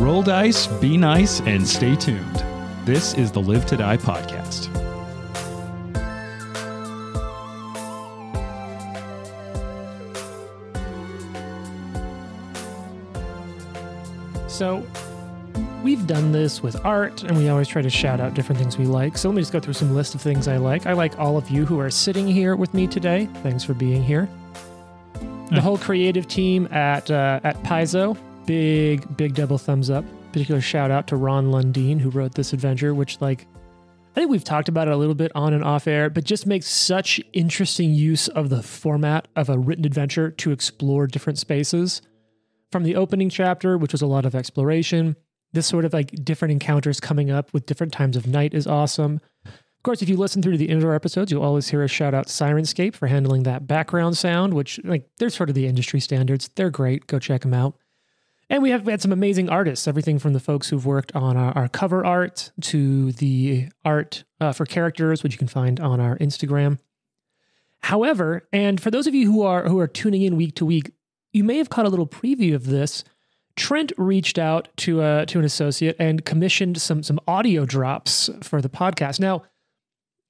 Roll dice, be nice, and stay tuned. This is the Live to Die podcast. So we've done this with art, and we always try to shout out different things we like. So let me just go through some list of things I like. I like all of you who are sitting here with me today. Thanks for being here. The whole creative team at uh, at Paizo, big big double thumbs up. Particular shout out to Ron Lundeen who wrote this adventure, which like I think we've talked about it a little bit on and off air, but just makes such interesting use of the format of a written adventure to explore different spaces from the opening chapter, which was a lot of exploration. This sort of like different encounters coming up with different times of night is awesome. Of course, if you listen through to the indoor episodes, you'll always hear a shout out Sirenscape for handling that background sound, which like they're sort of the industry standards. They're great. Go check them out. And we have we had some amazing artists, everything from the folks who've worked on our, our cover art to the art uh, for characters, which you can find on our Instagram. However, and for those of you who are who are tuning in week to week, you may have caught a little preview of this. Trent reached out to uh, to an associate and commissioned some some audio drops for the podcast. Now,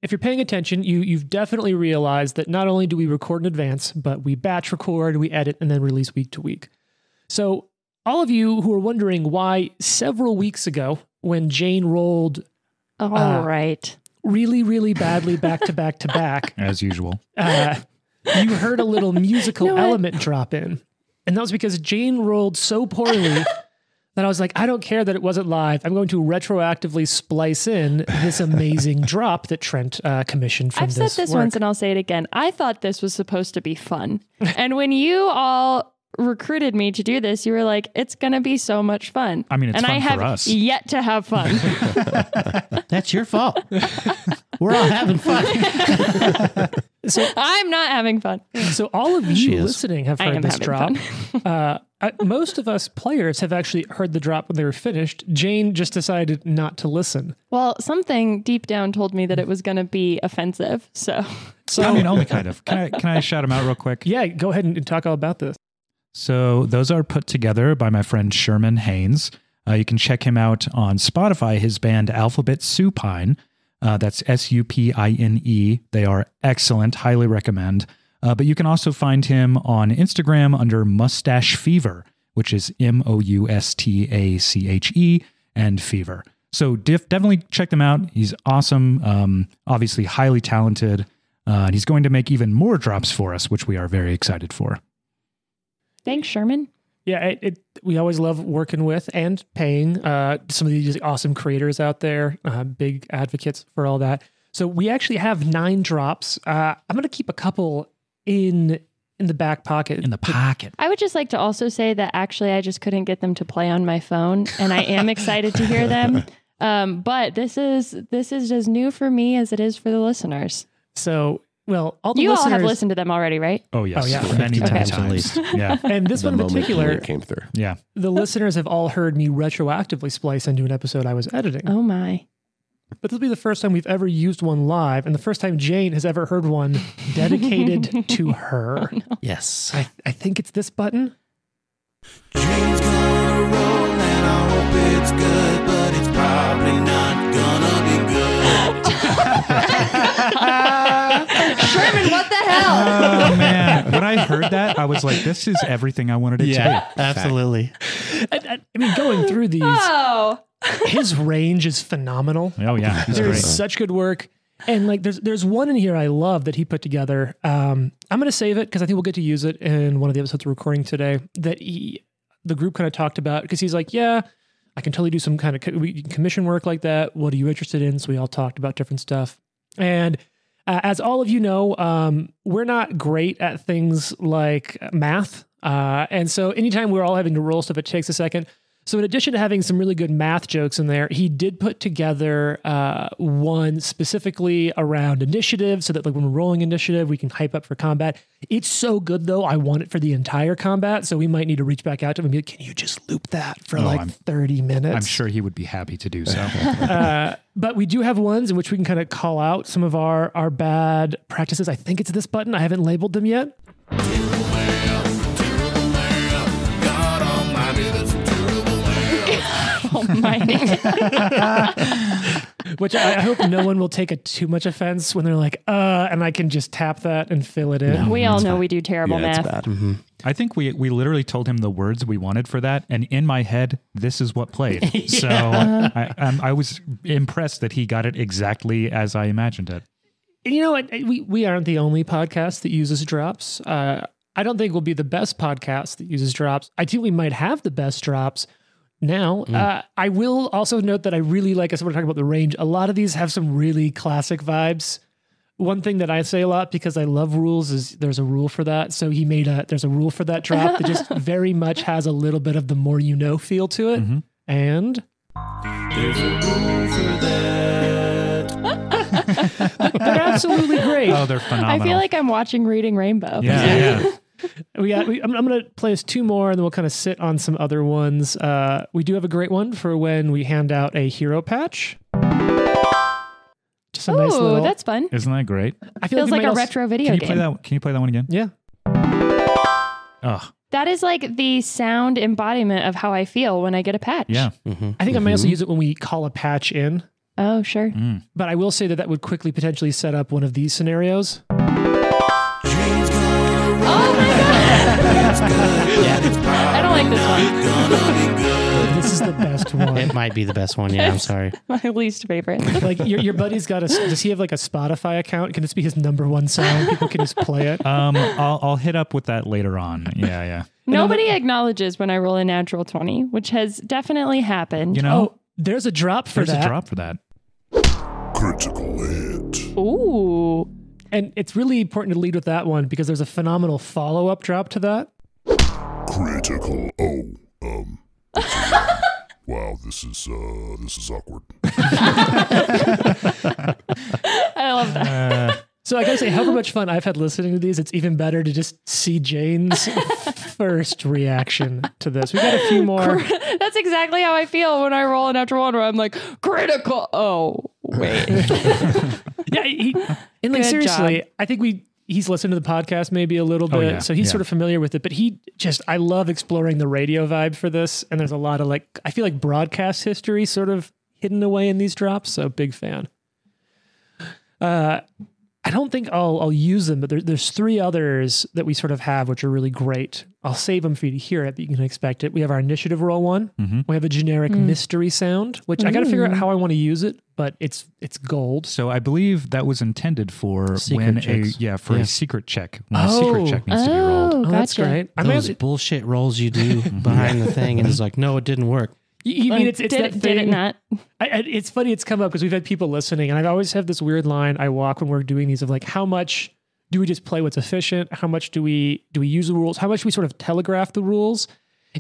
if you're paying attention, you you've definitely realized that not only do we record in advance, but we batch record, we edit, and then release week to week. So, all of you who are wondering why several weeks ago, when Jane rolled All right. Uh, really, really badly back to back to back, As usual. uh, you heard a little musical No, I- element drop in. And that was because Jane rolled so poorly that I was like, I don't care that it wasn't live. I'm going to retroactively splice in this amazing drop that Trent uh, commissioned from I've this. said this work. once and I'll say it again. I thought this was supposed to be fun. and when you all recruited me to do this, you were like, it's going to be so much fun. I mean, it's and fun I for have us. yet to have fun. That's your fault. We're all having fun. I'm not having fun. So all of She you is. listening have I heard am this drop. having uh, I, most of us players have actually heard the drop when they were finished. Jane just decided not to listen. Well, something deep down told me that it was going to be offensive. So So I mean, only kind of. Can I, can I shout them out real quick? yeah, go ahead and, and talk all about this. So those are put together by my friend Sherman Haynes. Uh, you can check him out on Spotify. His band Alphabet Supine. Uh, that's S U P I N E. They are excellent. Highly recommend. Uh, but you can also find him on Instagram under Mustache Fever, which is M O U S T A C H E and Fever. So diff, definitely check them out. He's awesome. Um, obviously highly talented. Uh, and he's going to make even more drops for us, which we are very excited for. thanks, Sherman. Yeah, it, it, we always love working with and paying uh, some of these awesome creators out there, uh, big advocates for all that. So we actually have nine drops. Uh, I'm going to keep a couple in in the back pocket. In the pocket. I would just like to also say that actually I just couldn't get them to play on my phone, and I am excited to hear them. Um, but this is this is as new for me as it is for the listeners. so, well, all the you listeners, all have listened to them already, right? Oh yes, Oh, yeah. many 50 times times at least. Yeah, and this the one in moment when particular, it came through. yeah. the listeners have all heard me retroactively splice into an episode I was editing. Oh my! But this will be the first time we've ever used one live, and the first time Jane has ever heard one dedicated to her. Yes. I, I think it's this button. Jane's gonna roll and I hope it's good, but it's probably not gonna be good. Sherman, what the hell? Oh man, when I heard that, I was like, "This is everything I wanted it Yeah, to be." absolutely. I, I, I mean, going through these, Oh, his range is phenomenal. Oh yeah, he's There's great. such good work. And like there's there's one in here I love that he put together. Um, I'm gonna save it because I think we'll get to use it in one of the episodes we're recording today. That he, the group kind of talked about because he's like, yeah, I can totally do some kind of co- we- commission work like that. What are you interested in? So we all talked about different stuff. And uh, as all of you know, um, we're not great at things like math. Uh, and so anytime we're all having to roll stuff, it takes a second. So, in addition to having some really good math jokes in there, he did put together uh, one specifically around initiative so that, like, when we're rolling initiative, we can hype up for combat. It's so good, though. I want it for the entire combat. So, we might need to reach back out to him and be like, can you just loop that for Oh, like I'm- 30 minutes? I'm sure he would be happy to do so. uh, but we do have ones in which we can kind of call out some of our our bad practices. I think it's this button. I haven't labeled them yet. Terrible lamb, terrible lamb, God Almighty, that's a terrible lamb. don't mind it. Which I, I hope no one will take it too much offense when they're like, uh, and I can just tap that and fill it in. we all know we do terrible yeah, it's math. bad. I think we we literally told him the words we wanted for that, and in my head, this is what played. So I, um, I was impressed that he got it exactly as I imagined it. And you know what? We, we aren't the only podcast that uses drops. Uh, I don't think we'll be the best podcast that uses drops. I think we might have the best drops now. Uh, I will also note that I really like, as we're talking about the range, a lot of these have some really classic vibes. One thing that I say a lot because I love rules is there's a rule for that. So he made a there's a rule for that drop that just very much has a little bit of the more you know feel to it. And There's a rule for that. they're absolutely great. Oh, they're I phenomenal. feel like I'm watching Reading Rainbow. yeah, yeah. We got. We, I'm, I'm going to play us two more, and then we'll kind of sit on some other ones. Uh, we do have a great one for when we hand out a hero patch. Just a Ooh, nice little. that's fun. Isn't that great? I feel Feels we like might a also- retro video Can you game. play that? Can you play that one again? Yeah, Oh, That is like the sound embodiment of how I feel when I get a patch. yeah. I think I might also Mm-hmm. use it when we call a patch in. Oh, sure. Mm. But I will say that that would quickly potentially set up one of these scenarios. Dreams gonna roll. It's good, but it's I don't like this one. probably gonna be good. This is the best one. It might be the best one. Yeah, I'm sorry. My least favorite. Like your your buddy's got a. Does he have like a Spotify account? Can this be his number one song? People can just play it. Um, I'll I'll hit up with that later on. Yeah, yeah. Nobody acknowledges when I roll a natural 20, which has definitely happened. You know, Oh, there's a drop for there's that. a drop for that. Critical hit. Ooh. And it's really important to lead with that one because there's a phenomenal follow up drop to that. Critical. Oh, um. wow, this is uh, this is awkward. I love that. So I gotta say, however much fun I've had listening to these, it's even better to just see Jane's first reaction to this. We got a few more. That's exactly how I feel when I roll a natural one where I'm like, critical. Oh, wait. Yeah, he, and like Good seriously, job. I think we he's listened to the podcast maybe a little bit, Oh, yeah, so he's yeah. sort of familiar with it. But he just I love exploring the radio vibe for this, and there's a lot of like I feel like broadcast history sort of hidden away in these drops. So big fan. Uh, I don't think I'll I'll use them, but there, there's three others that we sort of have which are really great. I'll save them for you to hear it, but you can expect it. We have our initiative roll one. Mhm. We have a generic mystery sound, which I got to figure out Ooh. how I want to use it, but it's it's gold. So I believe that was intended for Secret when checks. a yeah for Yeah. a secret check when a secret Oh. check needs to be rolled. Oh, Oh, that's gotcha. great. I Those mean, bullshit rolls you do behind the thing, and it's like, no, it didn't work. you, you mean it's, it's Oh, did, that it, did it thing- not? I, I- it's funny. It's come up because we've had people listening, and I always have this weird line I walk when we're doing these of like, how much do we just play what's efficient? How much do we do we use the rules? How much do we sort of telegraph the rules?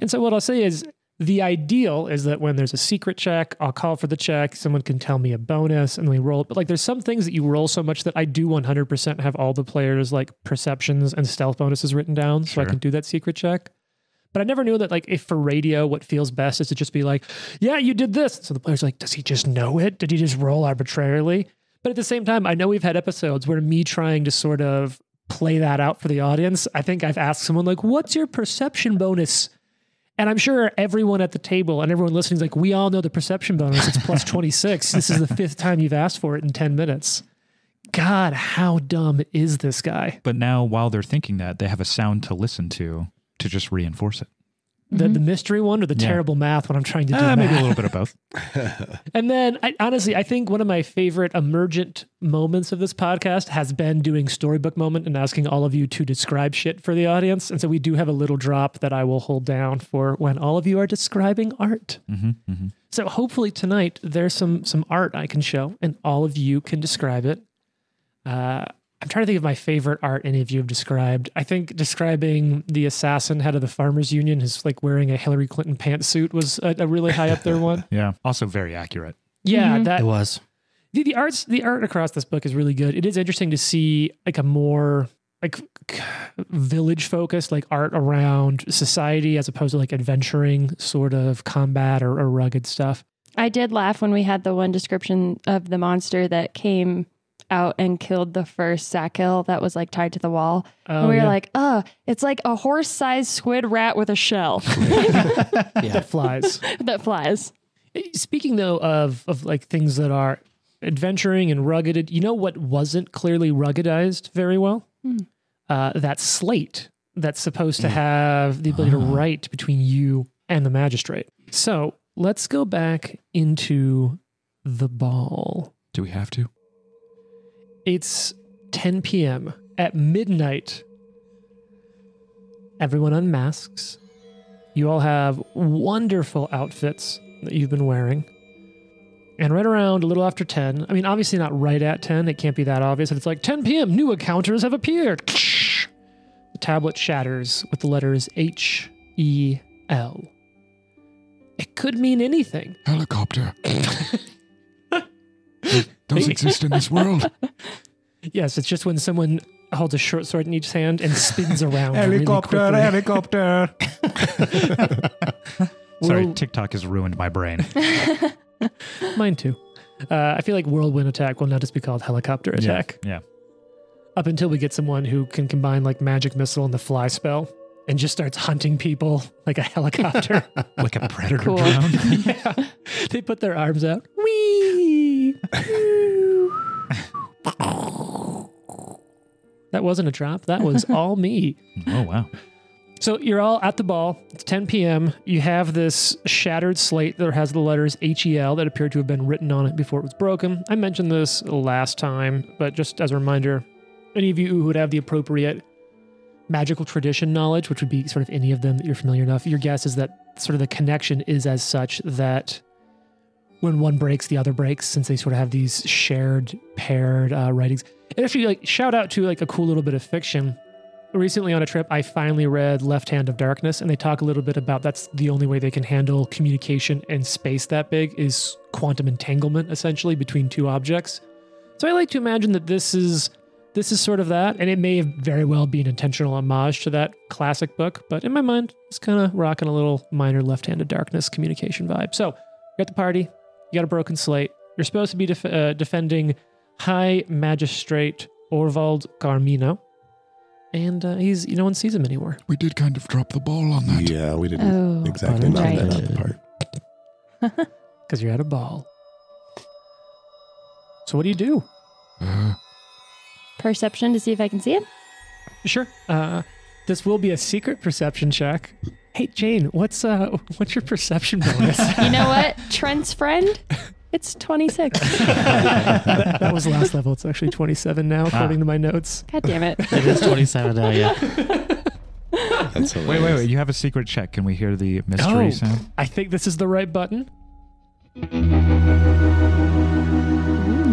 And so what I'll say is the ideal is that when there's a secret check, I'll call for the check. Someone can tell me a bonus, and we roll. it. But like, there's some things that you roll so much that I do 100% have all the players like perceptions and stealth bonuses written down, so I Sure. can do that secret check. But I never knew that, like, if for radio, what feels best is to just be like, yeah, you did this. So the player's like, does he just know it? Did he just roll arbitrarily? But at the same time, I know we've had episodes where me trying to sort of play that out for the audience, I think I've asked someone, like, what's your perception bonus? And I'm sure everyone at the table and everyone listening is like, we all know the perception bonus. It's plus 26. this is the fifth time you've asked for it in 10 minutes. God, how dumb is this guy? But now while they're thinking that, they have a sound to listen to to just reinforce it. The, the mystery one or the Mm-hmm. Yeah. terrible math when I'm trying to do Ah, math? maybe a little bit of both. And then, I, honestly, I think one of my favorite emergent moments of this podcast has been doing storybook moment and asking all of you to describe shit for the audience. And so we do have a little drop that I will hold down for when all of you are describing art. So hopefully tonight there's some some art I can show, and all of you can describe it. Uh, I'm trying to think of my favorite art any of you have described. I think describing the assassin head of the farmers union who's like wearing a Hillary Clinton pantsuit was a, a really high up there one. Yeah, also very accurate. Yeah, that It was. the, the arts the art across this book is really good it is interesting to see like a more like village focused like art around society as opposed to like adventuring sort of combat or, or rugged stuff I did laugh when we had the one description of the monster that came out and killed the first Sakil that was like tied to the wall. and we were yeah. like, oh, it's like a horse sized squid rat with a shell that flies that flies. Speaking though of of like things that are adventuring and rugged, you know what wasn't clearly ruggedized very well? Hmm. Uh, that slate that's supposed to have the ability to write between you and the magistrate. So let's go back into the ball. Do we have to? It's 10 p.m. At midnight, everyone unmasks. You all have wonderful outfits that you've been wearing. And right around a little after 10, I mean, obviously not right at 10, it can't be that obvious. It's like 10 p.m., new encounters have appeared. The tablet shatters with the letters H E L. It could mean anything. Helicopter. it does exist in this world. Yes, it's just when someone holds a short sword in each hand and spins around. really quickly. helicopter. Sorry, Whirl- TikTok has ruined my brain. mine too. Uh, I feel like whirlwind attack will now just be called helicopter attack Yeah. up until we get someone who can combine like magic missile and the fly spell and just starts hunting people like a helicopter. yeah. Like a predator Cool. drone. yeah, they put their arms out. Whee! that wasn't a drop. That was all me. Oh, wow. So you're all at the ball. It's 10 p.m. You have this shattered slate that has the letters HEL that appear to have been written on it before it was broken. I mentioned this last time, but just as a reminder, any of you who would have the appropriate magical tradition knowledge, which would be sort of any of them that you're familiar enough, your guess is that sort of the connection is as such that when one breaks, the other breaks, since they sort of have these shared, paired uh, writings. And actually, like shout out to like a cool little bit of fiction recently on a trip i finally read left hand of darkness and they talk a little bit about that's the only way they can handle communication in space that big is quantum entanglement essentially between two objects so i like to imagine that this is this is sort of that and it may have very well be an intentional homage to that classic book but in my mind it's kind of rocking a little minor left hand of darkness communication vibe so you're at the party you got a broken slate you're supposed to be def- uh, defending high magistrate orvald carmino and uh, he's you know one sees him anymore. We did kind of drop the ball on that. Yeah, we didn't Oh, exactly know Right. that other part. because you're at a ball. So what do you do? Uh, perception to see if I can see him. Sure. Uh, this will be a secret perception check. Hey Jane, what's uh, what's your perception bonus? You know what? Trent's friend. It's 26. that, that was last level. It's actually 27 now, according to my notes. God damn it. It is 27 now, yeah. That's Wait, wait, wait. You have a secret check. Can we hear the mystery Oh. sound? I think this is the right button.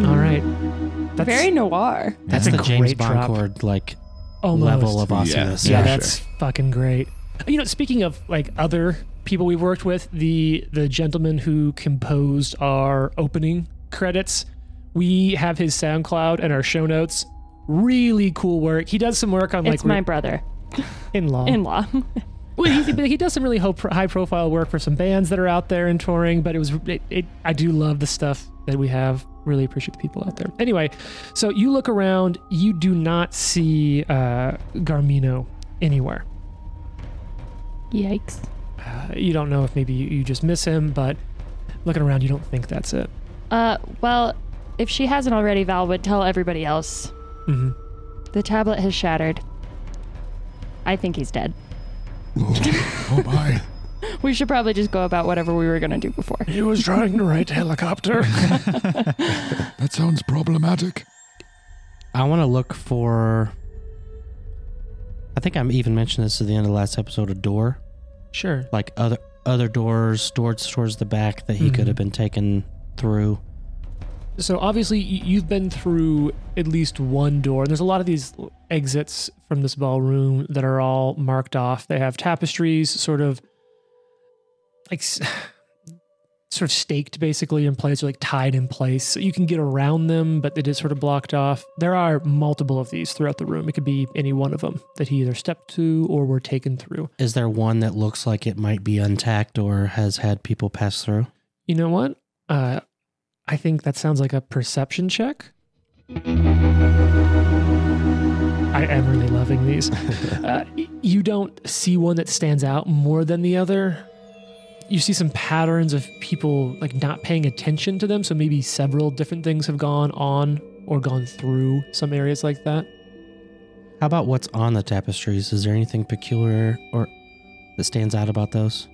All right. That's Very noir. That's a the James great drop. Bond like almost. level of Yeah. awesomeness. yeah, Yeah, that's fucking great. You know, speaking of like other people we've worked with, the the gentleman who composed our opening credits, we have his SoundCloud and our show notes. Really cool work. He does some work on like it's my brother in law. in law. Well, he, but he does some really ho- high profile work for some bands that are out there and touring. But it was, it, it, I do love the stuff that we have. Really appreciate the people out there. Anyway, so you look around, you do not see uh, Garmino anywhere. Yikes. Uh, you don't know if maybe you, you just miss him, but looking around, you don't think that's it. Uh, well, if she hasn't already, Val would tell everybody else. Mm-hmm. The tablet has shattered. I think he's dead. oh, oh my. We should probably just go about whatever we were going to do before. He was trying to write helicopter. That sounds problematic. I want to look for. I think I even mentioned this at the end of the last episode. A door, sure. like other other doors towards towards the back that he Mhm. could have been taken through. So obviously, y- you've been through at least one door. There's a lot of these l- exits from this ballroom that are all marked off. They have tapestries, sort of like s- sort of staked basically in place or like tied in place. So you can get around them, but it is sort of blocked off. There are multiple of these throughout the room. It could be any one of them that he either stepped to or were taken through. Is there one that looks like it might be untacked or has had people pass through? You know what? Uh, I think that sounds like a perception check. I am really loving these. uh, y- you don't see one that stands out more than the other. you see some patterns of people like not paying attention to them. So maybe several different things have gone on or gone through some areas like that. How about what's on the tapestries? Is there anything peculiar or that stands out about those?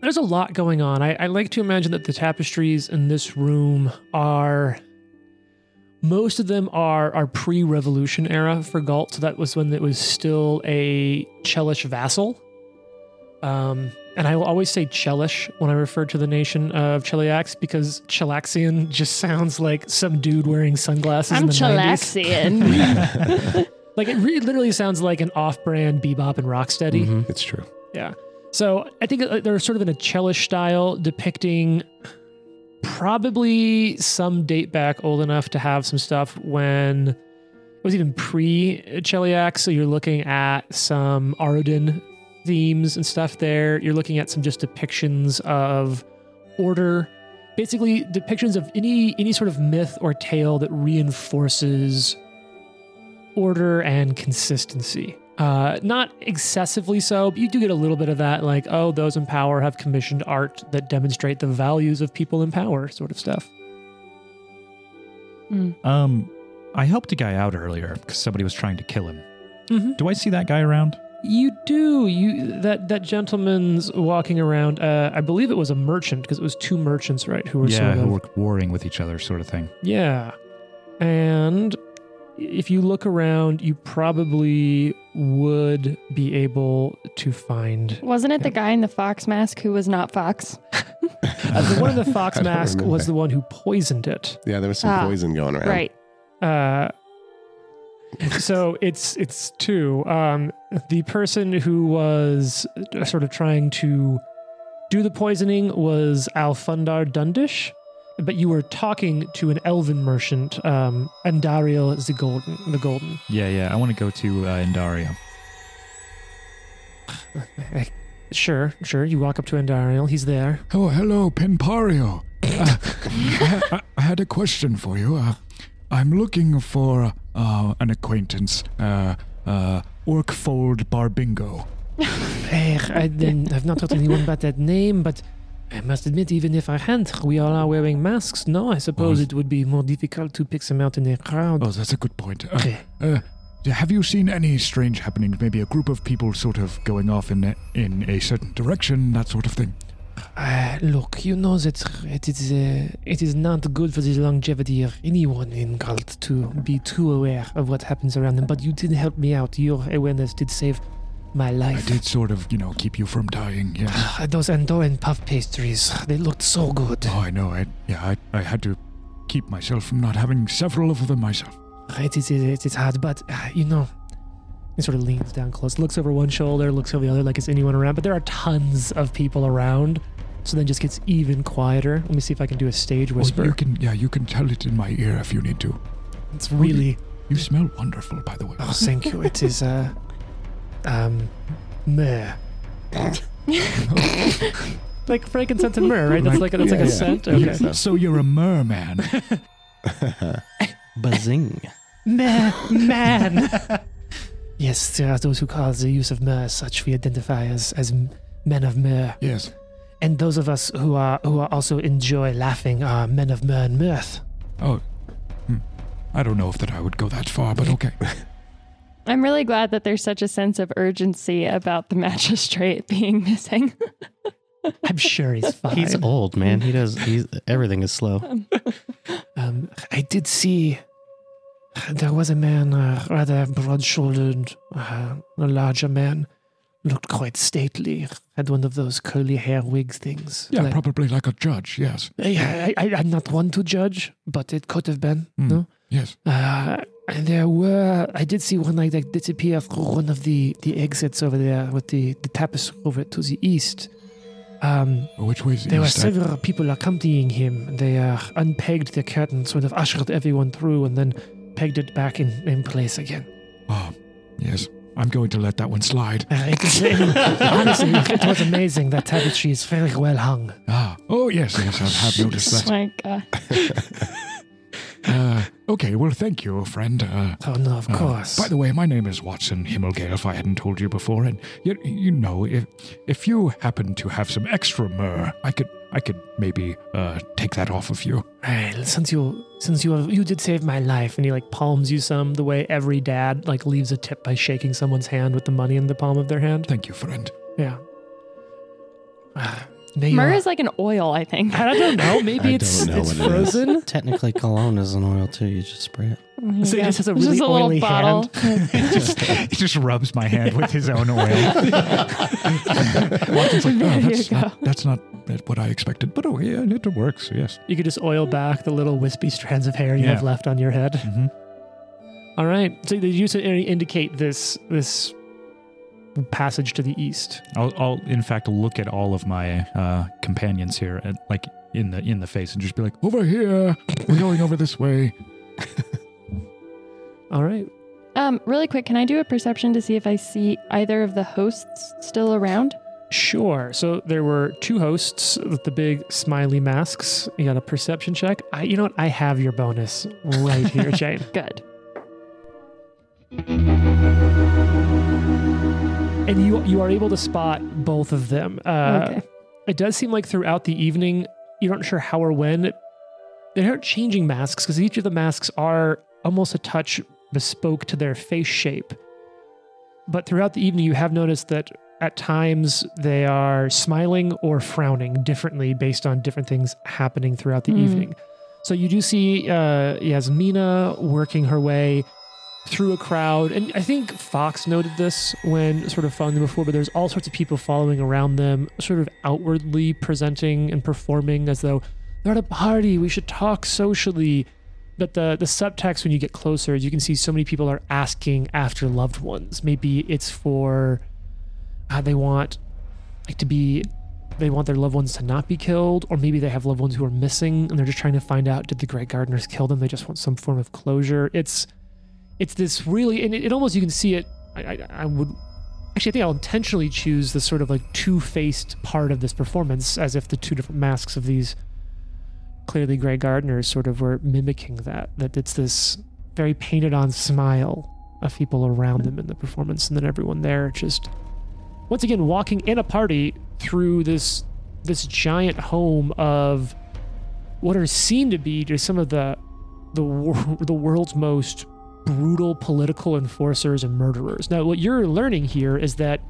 There's a lot going on. I, I like to imagine that the tapestries in this room are most of them are are pre-revolution era for Galt. So that was when it was still a Chelish vassal. Um, and I will always say Chelish when I refer to the nation of Cheliax because Chelaxian just sounds like some dude wearing sunglasses. in I'm the 90s. Chalaxian. Like it really literally sounds like an off-brand bebop and rocksteady. Mhm. It's true. Yeah. So I think uh, they're sort of in a cellish style depicting probably some date back old enough to have some stuff when it was even pre Cheliac. So you're looking at some Arodin themes and stuff there. You're looking at some just depictions of order, basically depictions of any any sort of myth or tale that reinforces order and consistency. Uh, not excessively so, but you do get a little bit of that, like, oh, those in power have commissioned art that demonstrate the values of people in power, sort of stuff. Um, I helped a guy out earlier because somebody was trying to kill him. Mm-hmm. Do I see that guy around? You do. You that that gentleman's walking around. Uh, I believe it was a merchant because it was two merchants, right? Who were yeah, sort who of were warring with each other, sort of thing. Yeah. And if you look around, you probably would be able to find Wasn't it the guy in the fox mask who was not fox? uh, the one in the fox I don't mask was remember. the one who poisoned it. Yeah, there was some Ah, poison going around. Right. Uh, so it's it's two. Um, the person who was uh, sort of trying to do the poisoning was Alfundar Dundish, but you were talking to an elven merchant, um, Andariel the Golden. The Golden. Yeah, yeah. I want to go to uh, Indario. Sure, sure. You walk up to Andariel. He's there. Oh, hello, Pinpario. Uh, I, I- I had a question for you. Uh, I'm looking for uh, an acquaintance, uh, uh, Orkfold Barbingo. Eh, I then have not taught anyone about that name, but I must admit, even if I had, we all are wearing masks. No, I suppose Oh. it would be more difficult to pick them out in a crowd. Oh, that's a good point. Uh, Okay. Uh, d- have you seen any strange happenings? Maybe a group of people sort of going off in a, in a certain direction, that sort of thing. Uh, look, you know that it is uh, it is not good for the longevity of anyone in cult to be too aware of what happens around them. But you did help me out. Your awareness did save my I life. did sort of, you know, keep you from dying. Yes. Ah, Those Andorian puff pastries, they looked so good. Oh, I know. I yeah, I, I had to keep myself from not having several of them myself. It is, it is, it's hard, but uh, you know, he sort of leans down close, looks over one shoulder, looks over the other, like is anyone around? But there are tons of people around, so then just gets even quieter. Let me see if I can do a stage Well, whisper. you can yeah, you can tell it in my ear if you need to. it's really, You smell wonderful, by the way. oh, thank you. It is, uh, um, myrrh. like frankincense and myrrh, right? That's like a, that's like a Yeah, yeah. scent. Yeah. Okay. So you're a merman. Bazing. Meh, man. yes, there are those who call the use of myrrh such we identify as, as m- men of myrrh. yes. And those of us who are who are also enjoy laughing are men of myrrh and mirth. Oh. Hmm. I don't know if that I would go that far, but okay. I'm really glad that there's such a sense of urgency about the magistrate being missing. I'm sure he's fine. He's old, man. He does. He's everything is slow. um, I did see there was a man, uh, rather broad-shouldered, uh, a larger man, looked quite stately, had one of those curly hair wig things. Yeah, Like- probably like a judge. Yes. I, I, I- I'm not one to judge, but it could have been. Hmm. No. Yes. Uh, and there were, I did see one like that disappear through one of the, the exits over there with the, the tapestry over to the east. Um, Which way is there were east? I- several people accompanying him. They uh, unpegged the curtain, sort of ushered everyone through, and then pegged it back in, in place again. Oh, yes. I'm going to let that one slide. Uh, it is, honestly, it was amazing. That tapestry is very well hung. Ah. Oh, yes, yes, I have noticed oh that. my god. Uh, Okay, well, thank you, friend. Uh, Oh no, of Mm. uh, course. by the way, my name is Watson Himmelgale, if I hadn't told you before. And, you, you know, if if you happen to have some extra myrrh, I could I could maybe uh, take that off of you. Right, since you since you have, you did save my life, and he like palms you some the way every dad like leaves a tip by shaking someone's hand with the money in the palm of their hand. Thank you, friend. Yeah. Ah, may you- Myrrh is like an oil, I think. I don't know. Maybe I it's don't know it's what it is. frozen. Technically, cologne is an oil too. You just spray it. So he just has a It's really Oh just a oily little bottle. He just rubs my hand with his own oil. Watson's like, There oh, you that's, go. not, that's not what I expected. But oh, yeah, it works, yes. You could just oil back the little wispy strands of hair you Yeah. have left on your head. mm-hmm. Mhm. All right. So they used to indicate this this passage to the east. I'll, I'll, in fact, look at all of my uh, companions here, at, like in the in the face, and just be like, Over here. We're going over this way. All right. Um, really quick, can I do a perception to see if I see either of the hosts still around? Sure. So there were two hosts with the big smiley masks. You got a perception check. I, you know what? I have your bonus right here, Jane. Good. And you you are able to spot both of them. Uh, okay. It does seem like throughout the evening, you aren't sure how or when they aren't changing masks because each of the masks are almost a touch bespoke to their face shape. But throughout the evening, you have noticed that at times they are smiling or frowning differently based on different things happening throughout the Mm. evening. So you do see uh, Yasmina working her way through a crowd. And I think Fox noted this when sort of following them before, but there's all sorts of people following around them, sort of outwardly presenting and performing as though they're at a party. We should talk socially. But the, the subtext, when you get closer, you can see so many people are asking after loved ones. Maybe it's for uh, they want like to be they want their loved ones to not be killed or maybe they have loved ones who are missing and they're just trying to find out did the great gardeners kill them they just want some form of closure it's it's this really and it, it almost you can see it I, I, I would actually i think i'll intentionally choose the sort of like two-faced part of this performance as if the two different masks of these clearly gray gardeners sort of were mimicking that that it's this very painted on smile of people around them in the performance and then everyone there just once again walking in a party through this this giant home of what are seen to be just some of the the wor- the world's most brutal political enforcers and murderers. Now, what you're learning here is that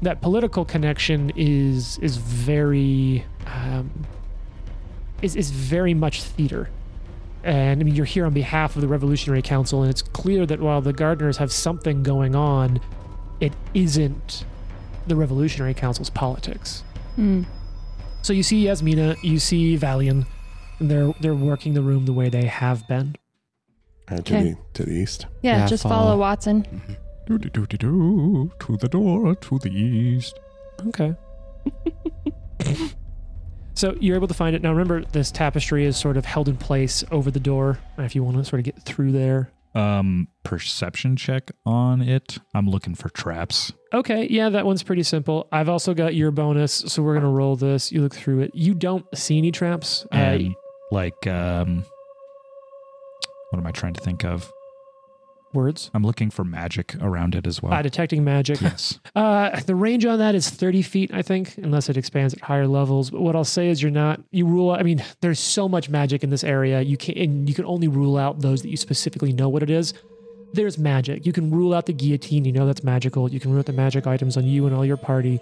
that political connection is is very um, is is very much theater. And I mean, you're here on behalf of the Revolutionary Council, and it's clear that while the gardeners have something going on, it isn't the Revolutionary Council's politics. Mm. So you see Yasmina, you see Valian, and they're they're working the room the way they have been. Uh, to, Okay. the, to the east. Yeah, Yeah, just follow. follow Watson. Do do do do do to the door to the east. Okay. so you're able to find it. Now remember, this tapestry is sort of held in place over the door. uh, If you want to sort of get through there. um, perception check on it. I'm looking for traps. Okay, yeah, that one's pretty simple. I've also got your bonus, so we're gonna roll this. You look through it. You don't see any traps. Uh, and like um what am i trying to think of words. i'm looking for magic around it as well Uh, detecting magic. yes Uh, the range on that is 30 feet, I think, unless it expands at higher levels. But what I'll say is, you're not you rule. out I mean, there's so much magic in this area. You can and you can only rule out those that you specifically know what it is. There's magic. You can rule out the guillotine. You know that's magical. You can rule out the magic items on you and all your party.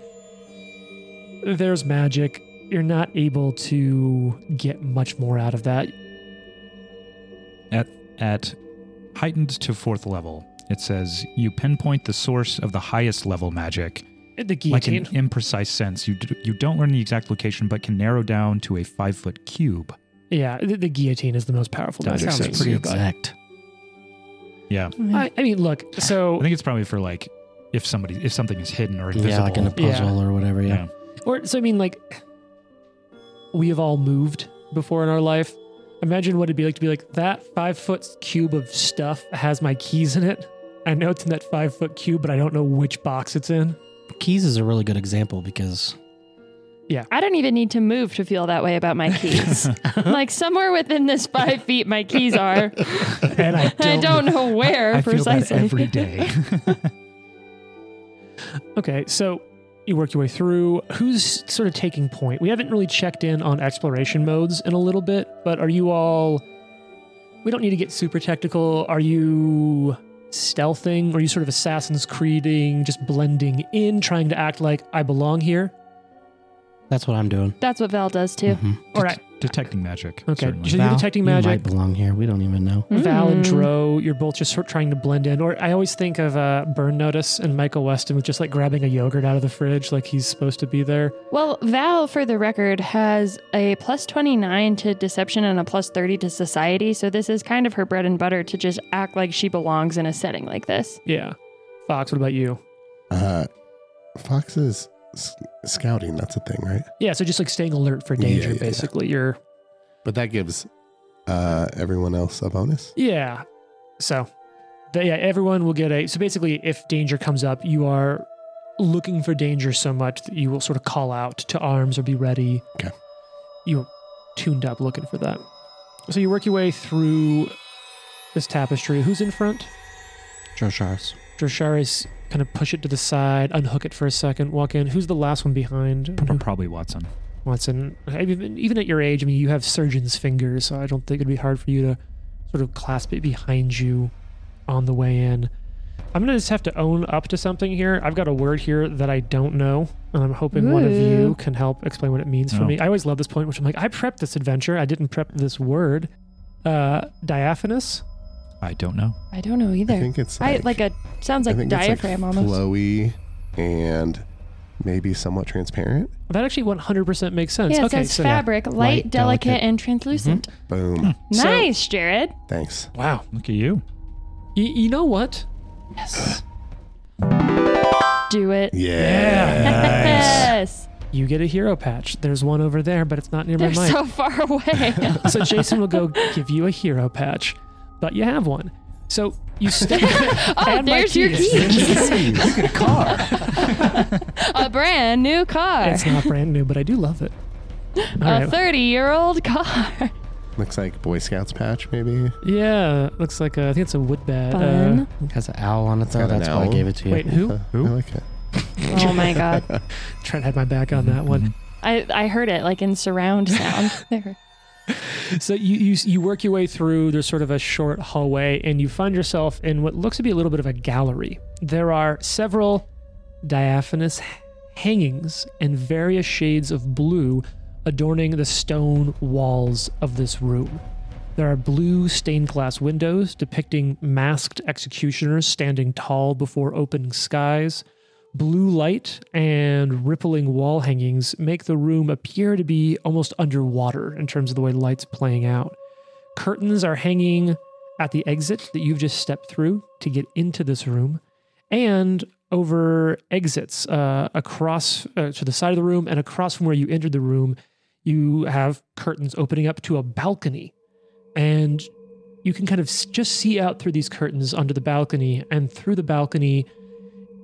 There's magic. You're not able to get much more out of that. at at heightened to fourth level it says you pinpoint the source of the highest level magic The like an guillotine. imprecise sense you d- you don't learn the exact location but can narrow down to a five foot cube yeah, the, the guillotine is the most powerful. That magic. makes Sounds sense. pretty good. exact. yeah I, I mean, look. So i think it's probably for like if somebody if something is hidden or invisible Yeah, like in a Yeah. puzzle or whatever. Yeah. Yeah. Or so I mean, like we have all moved before in our life. Imagine what it'd be like to be like that five foot cube of stuff has my keys in it. I know it's in that five foot cube, but I don't know which box it's in. Keys is a really good example because I don't even need to move to feel that way about my keys. like somewhere within this five feet, my keys are. And I I don't know where I feel that precisely. every day. Okay, so you work your way through. Who's sort of taking point? We haven't really checked in on exploration modes in a little bit, but are you all. We don't need to get super technical. Are you stealthing? Are you sort of Assassin's Creeding, just blending in, trying to act like I belong here? That's what I'm doing. Mm-hmm. That's what Val does too. All right. Detecting magic. Okay. certainly. Should- So you're detecting magic? You might belong here. We don't even know. Mm-hmm. Val and Mm. Dro, you're both just sort of trying to blend in. Or I always think of uh, Burn Notice and Michael Weston with just like grabbing a yogurt out of the fridge, like he's supposed to be there. Well, Val, for the record, has a plus 29 to deception and a plus 30 to society. So this is kind of her bread and butter to just act like she belongs in a setting like this. Yeah. Fox, what about you? Uh, Fox is s- scouting. That's a thing, right? Yeah, so just like staying alert for Yeah, danger, yeah, yeah. basically. You're But that gives uh, everyone else a bonus. yeah. So the, yeah, everyone will get a. So basically, if danger comes up, you are looking for danger so much that you will sort of call out to arms or be ready. Okay. You're tuned up looking for that. So you work your way through this tapestry. Who's in front? Joshars. Drasharis kind of push it to the side, unhook it for a second, walk in. Who's the last one behind? I Pro- wonder Probably Watson. Watson, I mean, even at your age, I mean, you have surgeon's fingers, so I don't think it'd be hard for you to sort of clasp it behind you on the way in. I'm gonna just have to own up to something here. I've got a word here that I don't know, and I'm hoping one of Ooh. you can help explain what it means for Oh. me. I always love this point, which I'm like, I prepped this adventure. I didn't prep this word. Uh, diaphanous. I don't know. I don't know I either. think it's I like, like a sounds I like think it's, diaphragm like almost. Flowy and maybe somewhat transparent. That actually 100% makes sense. Yeah, it okay, says so fabric, light, Light, delicate, delicate. and translucent. Hmm. Boom. Mm-hmm. So- Nice, Jared. Thanks. wow. Look at you. Y- you know what? Yes. Do it. Yeah. Yes. You get a hero patch. There's one over there, but it's not near They're my mic. so far away. so Jason will go give you a hero patch, but you have one. So you stay. oh, there's your Hey, look at a car. a brand new car. It's not brand new, but I do love it. All a right. 30 year old car. Looks like Boy Scouts patch, maybe. yeah, looks like a, I think it's a wood bat. uh, Fun. It has an owl on it though. got an That's why I owl. gave it to you. wait, who? Uh, Who? I like it. oh my God. Trent had my back on that one. I, I heard it like in surround sound. There. So you, you you work your way through. There's sort of a short hallway, and you find yourself in what looks to be a little bit of a gallery. There are several diaphanous hangings in various shades of blue adorning the stone walls of this room. There are blue stained glass windows depicting masked executioners standing tall before open skies. Blue light and rippling wall hangings make the room appear to be almost underwater in terms of the way light's playing out. Curtains are hanging at the exit that you've just stepped through to get into this room and over exits uh, across uh, to the side of the room and across from where you entered the room. You have curtains opening up to a balcony and you can kind of s- just see out through these curtains onto the balcony and through the balcony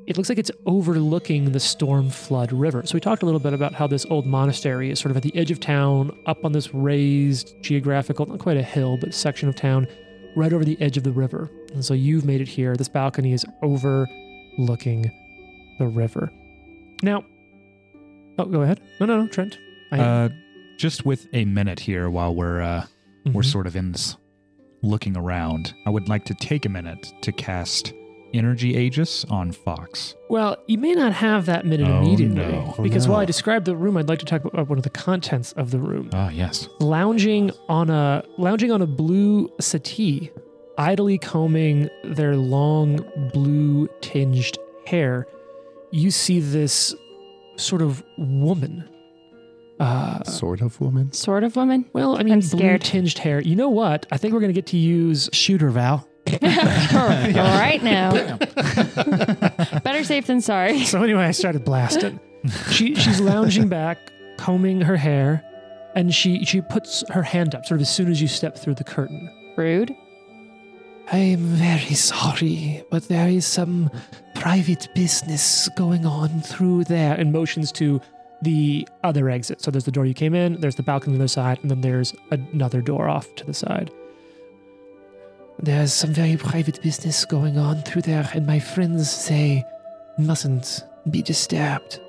it looks like it's overlooking the storm flood river so we talked a little bit about how this old monastery is sort of at the edge of town up on this raised geographical not quite a hill but section of town right over the edge of the river and so you've made it here this balcony is overlooking the river now oh go ahead no no no trent I, Uh, just with a minute here while we're uh, we're Mhm. sort of in this looking around, I would like to take a minute to cast Energy Aegis on Fox. Well, you may not have that minute Oh, immediately no. Oh, because no. while I describe the room, I'd like to talk about one of the contents of the room. Ah, yes. Lounging on a lounging on a blue settee, idly combing their long blue tinged hair, you see this sort of woman. Uh, Sort of woman. Sort of woman. well, I mean, blue scared. tinged hair. You know what? I think we're going to get to use Shooter Val. right now. Better safe than sorry. So anyway, I started blasting. she she's lounging back, combing her hair, and she she puts her hand up sort of as soon as you step through the curtain. Rude. I'm very sorry, but there is some private business going on through there. And motions to the other exit. So there's the door you came in, there's the balcony on the other side, and then there's another door off to the side. There's some very private business going on through there, and my friends say mustn't be disturbed.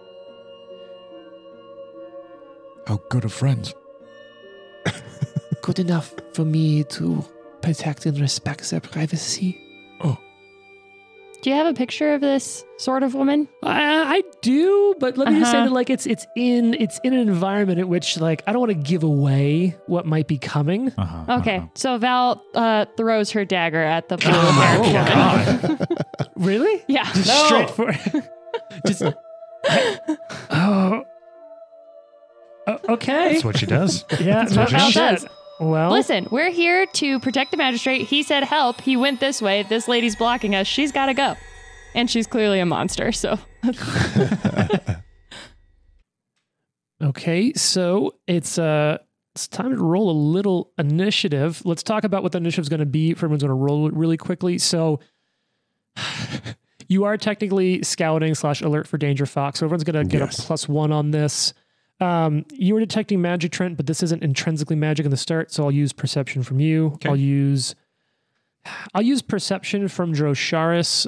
How good of friends. Good enough for me to protect and respect their privacy. Do you have a picture of this sort of woman? I, I do, but let me just say Uh-huh. that like it's it's in it's in an environment in which like I don't want to give away what might be coming. Uh-huh, Okay, uh-huh. so Val uh, throws her dagger at the Oh blue-haired woman. Really? Yeah. Just straight for just. oh. O- okay. That's what she does. yeah. That's what no Val shit. does. Well, Listen, we're here to protect the magistrate. He said help. He went this way. This lady's blocking us. She's got to go. And she's clearly a monster, so. Okay, so it's uh it's time to roll a little initiative. Let's talk about what the initiative's going to be. Everyone's going to roll it really quickly. So you are technically scouting slash alert for danger, Fox. So everyone's going to get a Yes. plus one on this. Um, you were detecting magic, Trent, but this isn't intrinsically magic in the start. So I'll use perception from you. Okay. I'll use I'll use perception from Drosharis.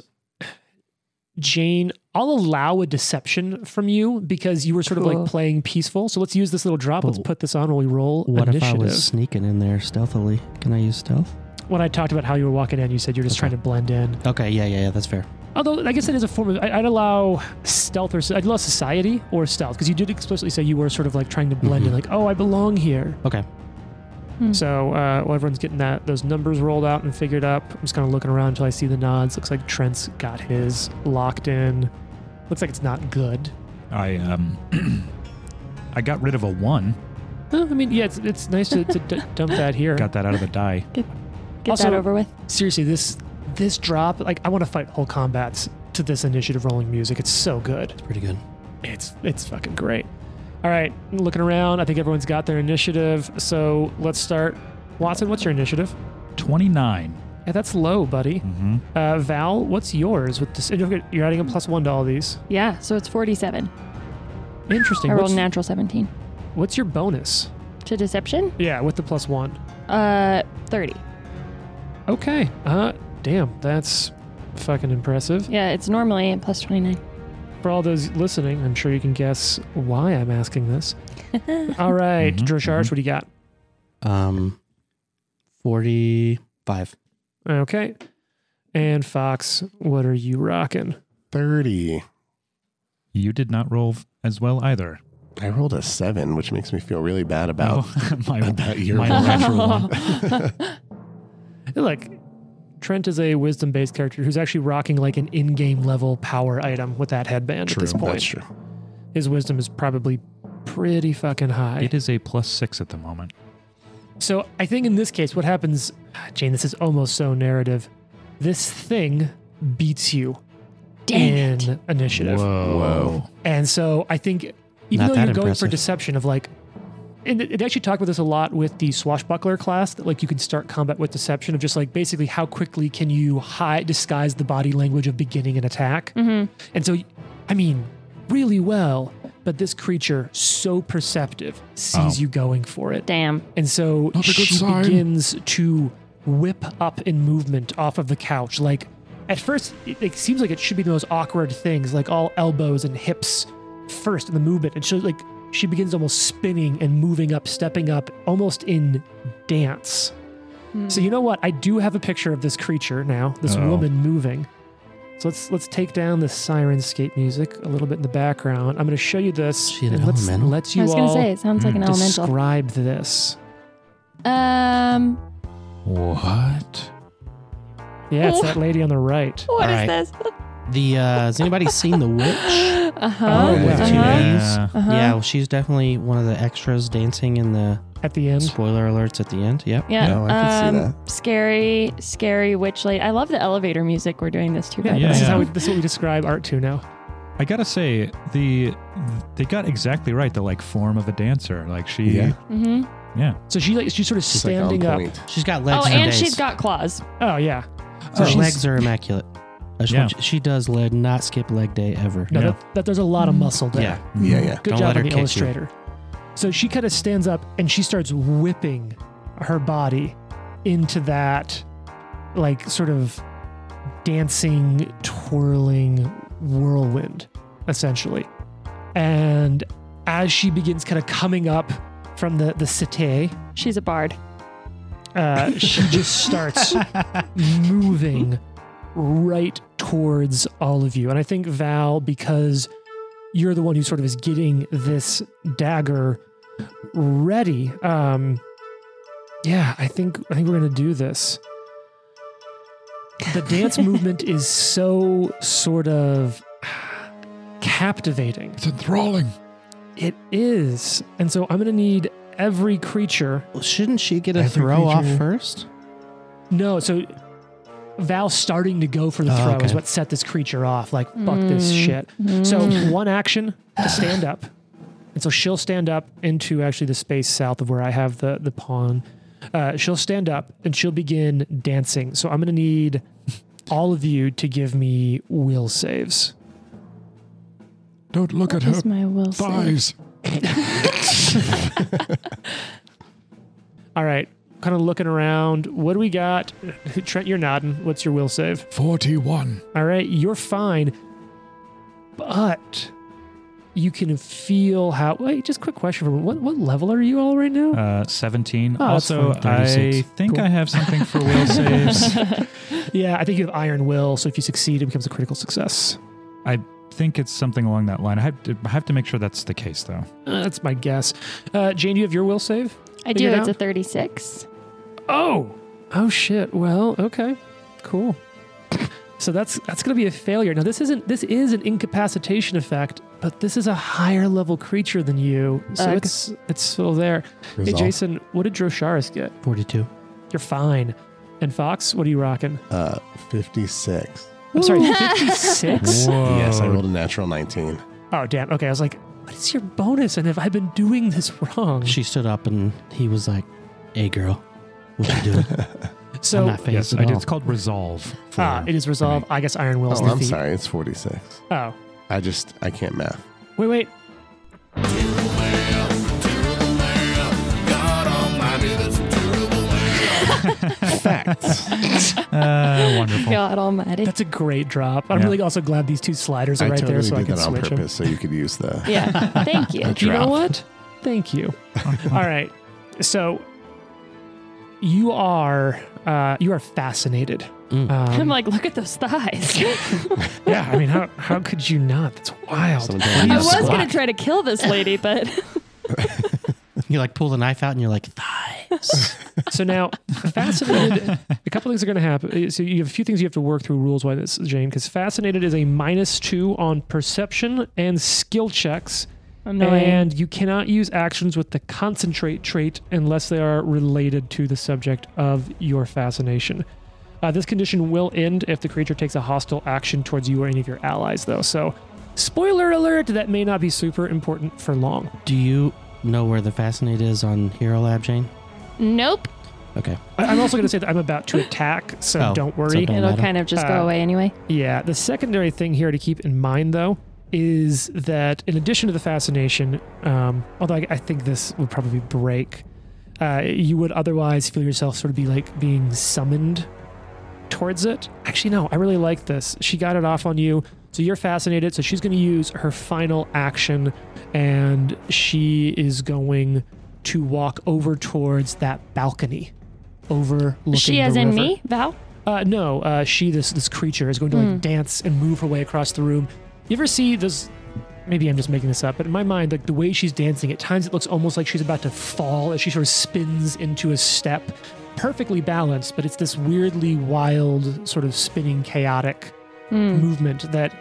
Jane, I'll allow a deception from you because you were sort of Cool. like playing peaceful. So let's use this little drop. Let's But put this on while we roll What if I initiative. was sneaking in there stealthily? Can I use stealth? when I talked about how you were walking in, you said you're just Okay. trying to blend in. Okay, yeah, yeah, yeah, that's fair. Although I guess it is a form of I, I'd allow stealth or I'd allow society or stealth because you did explicitly say you were sort of like trying to blend in, like oh I belong here. Okay. Hmm. So uh, while everyone's getting that those numbers rolled out and figured up, I'm just kind of looking around until I see the nods. Looks like Trent's got his locked in. Looks like it's not good. I um, I got rid of a one. Well, I mean, yeah, it's, it's nice to, to d- dump that here. Got that out of the die. Get Also- that over with. Seriously, this this drop, like I want to fight whole combats to this initiative rolling music. It's so good. It's pretty good. It's it's fucking great. All right, looking around, I think everyone's got their initiative. So let's start. Watson, what's your initiative? Twenty nine. Yeah, that's low, buddy. Mm-hmm. Uh, Val, what's yours? With this, and don't forget, you're adding a plus one to all these. Yeah, so it's 47. Interesting. I rolled What's, a natural 17. what's your bonus? To deception? Yeah, with the plus one. Uh, 30. Okay. Uh, damn, that's fucking impressive. Yeah, it's normally at plus 29. For all those listening, I'm sure you can guess why I'm asking this. All right, Mhm, Mm-hmm, Drosharge, mhm. what do you got? Um, 45. Okay. And Fox, what are you rocking? 30. You did not roll f- as well either. I rolled a seven, which makes me feel really bad about. Oh, my about your my roll. natural one. Look, Trent is a wisdom based character who's actually rocking like an in game level power item with that headband at this True, That's point. true. His wisdom is probably pretty fucking high. It is a plus six at the moment. So I think in this case, what happens, ah, Jane, this is almost so narrative. This thing beats you Dang in it. initiative. Whoa. And so I think even Not though that you're going for impressive. deception of like, and it it actually talked about this a lot with the swashbuckler class that like you can start combat with deception of just like basically how quickly can you hide disguise the body language of beginning an attack. Mm-hmm. And so, I mean, really well, but this creature so perceptive sees Oh. you going for it, Damn. and so Not a good she sign. begins to whip up in movement off of the couch. Like at first, it, it seems like it should be the most awkward things, like all elbows and hips first in the movement, and so like she begins almost spinning and moving up, stepping up, almost in dance. Hmm. So you know what? I do have a picture of this creature now, this Oh. Uh-oh. woman moving. So let's let's take down the sirenscape music a little bit in the background. I'm going to show you this. She an and let's elemental? let I you was all Mm, gonna say, it sounds like an elemental. describe this. Um, What? Yeah, it's that lady on the right. what is Alright. this? The uh, has anybody seen the witch? Uh huh. Oh, with yeah. two Uh-huh. A's? Yeah. Uh-huh. Yeah, well, she's definitely one of the extras dancing in the At the end, spoiler alerts at the end. Yep. Yeah. um, No, I can see that. Scary, scary witch lady. I love the elevator music we're doing this too. by yeah, the yeah, this way. is yeah. how we, this is what we describe art to now. I gotta say the they got exactly right the like form of a dancer. Like she, Yeah. Mm-hmm. hmm yeah. So she like she's sort of She's like on standing up. point. She's got legs. Oh, for and days. she's got claws. Oh yeah, Her she's- legs are immaculate. Uh, she- Yeah. She does leg, not skip leg day ever. No, Yeah. that, that there's a lot of muscle there. Yeah. Yeah, yeah. Good Don't job let her on the kick you. illustrator. So she kind of stands up and she starts whipping her body into that, like, sort of dancing, twirling whirlwind, essentially. And as she begins kind of coming up from the, the cité, She's a bard. uh, she just starts moving right towards all of you. And I think, Val, because you're the one who sort of is getting this dagger ready, um, yeah, I think I think we're gonna do this. The dance movement is so sort of captivating. It's enthralling. It is. And so I'm gonna need every creature Well, shouldn't she get a Every throw creature- off first? No, so Val starting to go for the Oh, throw okay. is what set this creature off. Like, fuck this shit. So one action to stand up. And so she'll stand up into actually the space south of where I have the, the pawn. Uh, she'll stand up and she'll begin dancing. So I'm going to need all of you to give me will saves. Don't look at her Is my will save. thighs. All right. Kind of looking around. What do we got? Trent, you're nodding. What's your will save? 41. All right, you're fine, but you can feel how. Wait, just quick question for me. What what level are you all right now? Uh, 17. Oh, that's also, fine. I 36. think Cool. I have something for will saves. yeah, I think you have Iron Will, so if you succeed, it becomes a critical success. I think it's something along that line. I have to, I have to make sure that's the case, though. Uh, that's my guess. Uh, Jane, do you have your will save? I Figured do. It's out? a 36. Oh, oh shit. Well, okay, cool. So that's that's gonna be a failure. Now this isn't this is an incapacitation effect, but this is a higher level creature than you, so Ugh. it's it's still there. Resolve. Mm-hmm. Hey Jason, what did Drosharis get? 42. You're fine. And Fox, what are you rocking? Uh, 56. I'm sorry, 56? Whoa. Yes, I rolled a natural 19. oh, damn. Okay, I was like, what is your bonus? And have I been doing this wrong? She stood up and he was like, hey, girl, what you doing? I'm so, not phased Yes, at I did. Oh. all. It's called resolve. for- ah, it is resolve. I guess Iron Will's Oh, the I'm thief. sorry. It's 46. Oh, I just, I can't math. wait, wait. God almighty, that's a terrible layout. Facts. Uh, wonderful. God almighty. That's a great drop. I'm Yeah. really also glad these two sliders are I right totally there so I did can that on switch purpose them. so you could use the. Yeah. Thank you. Good You know drop. what? Thank you. All right. So, you are uh, you are fascinated. Um, Mm. I'm like, look at those thighs. yeah. I mean, how, how could you not? That's wild. Someone told me I to was squat. going to try to kill this lady, but You like pull the knife out and you're like, thighs. So now, fascinated. a couple things are going to happen. Uh, So you have a few things you have to work through rules wise, this Jane, because fascinated is a minus two on perception and skill checks, annoying. and you cannot use actions with the concentrate trait unless they are related to the subject of your fascination. Uh, this condition will end if the creature takes a hostile action towards you or any of your allies, though. So, spoiler alert, that may not be super important for long. Do you know where the Fascinate is on Hero Lab, Jane? Nope. Okay. I- I'm also going to say that I'm about to attack, so Oh, don't so worry. don't It'll matter. kind of just Uh, go away anyway. Yeah, the secondary thing here to keep in mind, though, is that in addition to the fascination, um, although I, I think this would probably break, uh, you would otherwise feel yourself sort of be like being summoned towards it. Actually, no, I really like this. She got it off on you, so you're fascinated. So she's going to use her final action, and she is going to walk over towards that balcony, overlooking. She the as in river. me, Val? Uh, no, uh, she this this creature is going to like dance and move her way across the room. You ever see this? Maybe I'm just making this up, but in my mind, like the way she's dancing, at times it looks almost like she's about to fall as she sort of spins into a step, perfectly balanced, but it's this weirdly wild, sort of spinning, chaotic Mm. movement that,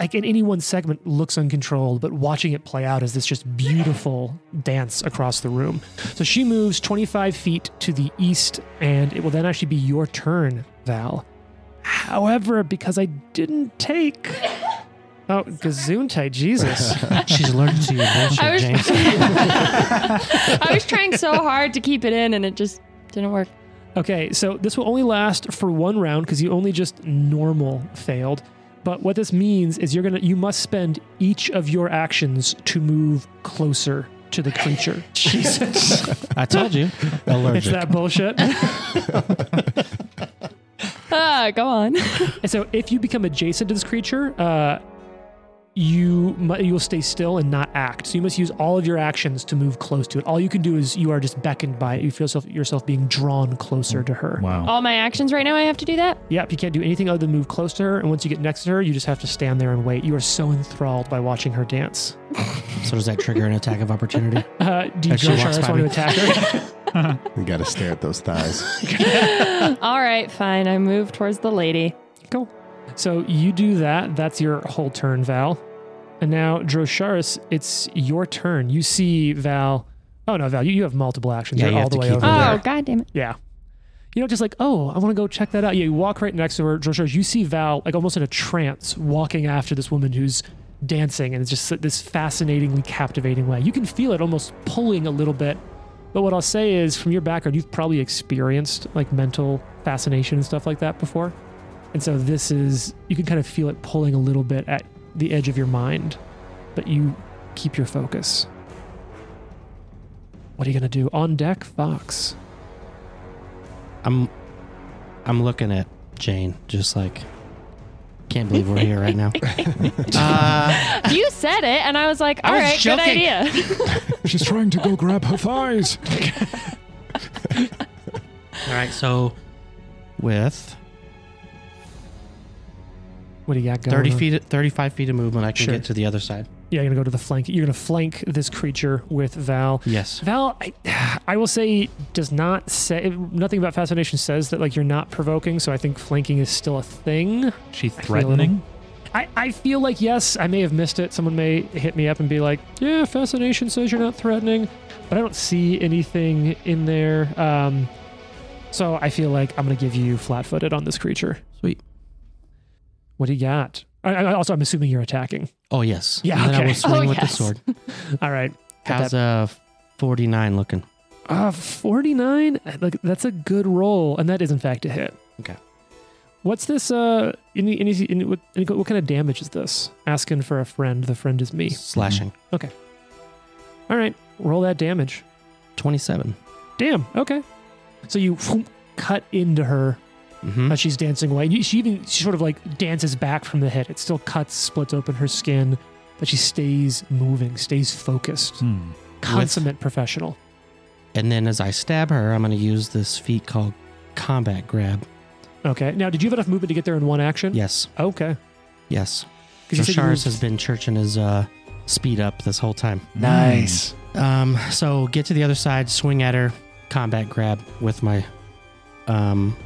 like in any one segment, looks uncontrolled, but watching it play out is this just beautiful dance across the room. So she moves 25 feet to the east, and it will then actually be your turn, Val. However, because I didn't take. Oh, Gazoontai, Jesus. She's allergic to your bullshit, I was, James. I was trying so hard to keep it in and it just didn't work. Okay, so this will only last for one round because you only just normal failed. But what this means is you're gonna you must spend each of your actions to move closer to the creature. Jesus, I told you. it's Allergic. that bullshit. Ah, go on. And so, if you become adjacent to this creature, uh, you mu- you will stay still and not act. So you must use all of your actions to move close to it. All you can do is you are just beckoned by it. You feel yourself, yourself being drawn closer to her. Wow. All my actions right now, I have to do that. Yep, you can't do anything other than move close to her. And once you get next to her, you just have to stand there and wait. You are so enthralled by watching her dance. So does that trigger an attack of opportunity? Uh, do you As she charge her? I walks just want by to me. attack her. You got to stare at those thighs. All right, fine. I move towards the lady. cool. So you do that. That's your whole turn, Val. And now, Drosharis, it's your turn. You see Val. Oh, no, Val, you, you have multiple actions. Yeah, You're you all have the to way keep over it. there. Oh, god damn it. Yeah. You know, just like, oh, I want to go check that out. Yeah, you walk right next to her, Drosharis. You see Val, like almost in a trance, walking after this woman who's dancing, and it's just this fascinatingly captivating way. You can feel it almost pulling a little bit. But what I'll say is, from your background, you've probably experienced like mental fascination and stuff like that before. And so this is, you can kind of feel it pulling a little bit at the edge of your mind, but you keep your focus. What are you going to do? On deck, Fox. I'm I'm looking at Jane, just like can't believe we're here right now. uh, You said it, and I was like, all was right, good joking. idea. She's trying to go grab her thighs. all right, so with What do you got going? thirty on? feet, thirty-five feet of movement, I can Sure. get to the other side. Yeah, you're gonna go to the flank. You're gonna flank this creature with Val. Yes. Val, I, I will say, does not say nothing about fascination. Says that like you're not provoking, so I think flanking is still a thing. she I feel it. threatening? I, I feel like yes, I may have missed it. Someone may hit me up and be like, "Yeah, fascination says you're not threatening," but I don't see anything in there. Um, so I feel like I'm gonna give you flat-footed on this creature. Sweet. What do you got? I, I, also, I'm assuming you're attacking. Oh yes. Yeah, And then okay. I will swing Oh, with yes. the sword. All right. Got How's uh forty-nine looking? Uh, 49? Like, that's a good roll, and that is, in fact, a hit. Okay. What's this? Uh, any, any, any, what, any, what kind of damage is this? Asking for a friend. The friend is me. Slashing. All right, roll that damage. Twenty-seven. Damn, okay. So you cut into her Mm-hmm. as she's dancing away. You- She even she sort of like dances back from the hit. It still cuts, splits open her skin, but she stays moving, stays focused. Hmm. Consummate professional. And then as I stab her, I'm going to use this feat called combat grab. Okay. Now, did you have enough movement to get there in one action? Yes. Okay. Yes. 'Cause you said you Josharis moved- has been churching his uh, speed up this whole time. Nice. Um, so get to the other side, swing at her, combat grab with my. Um,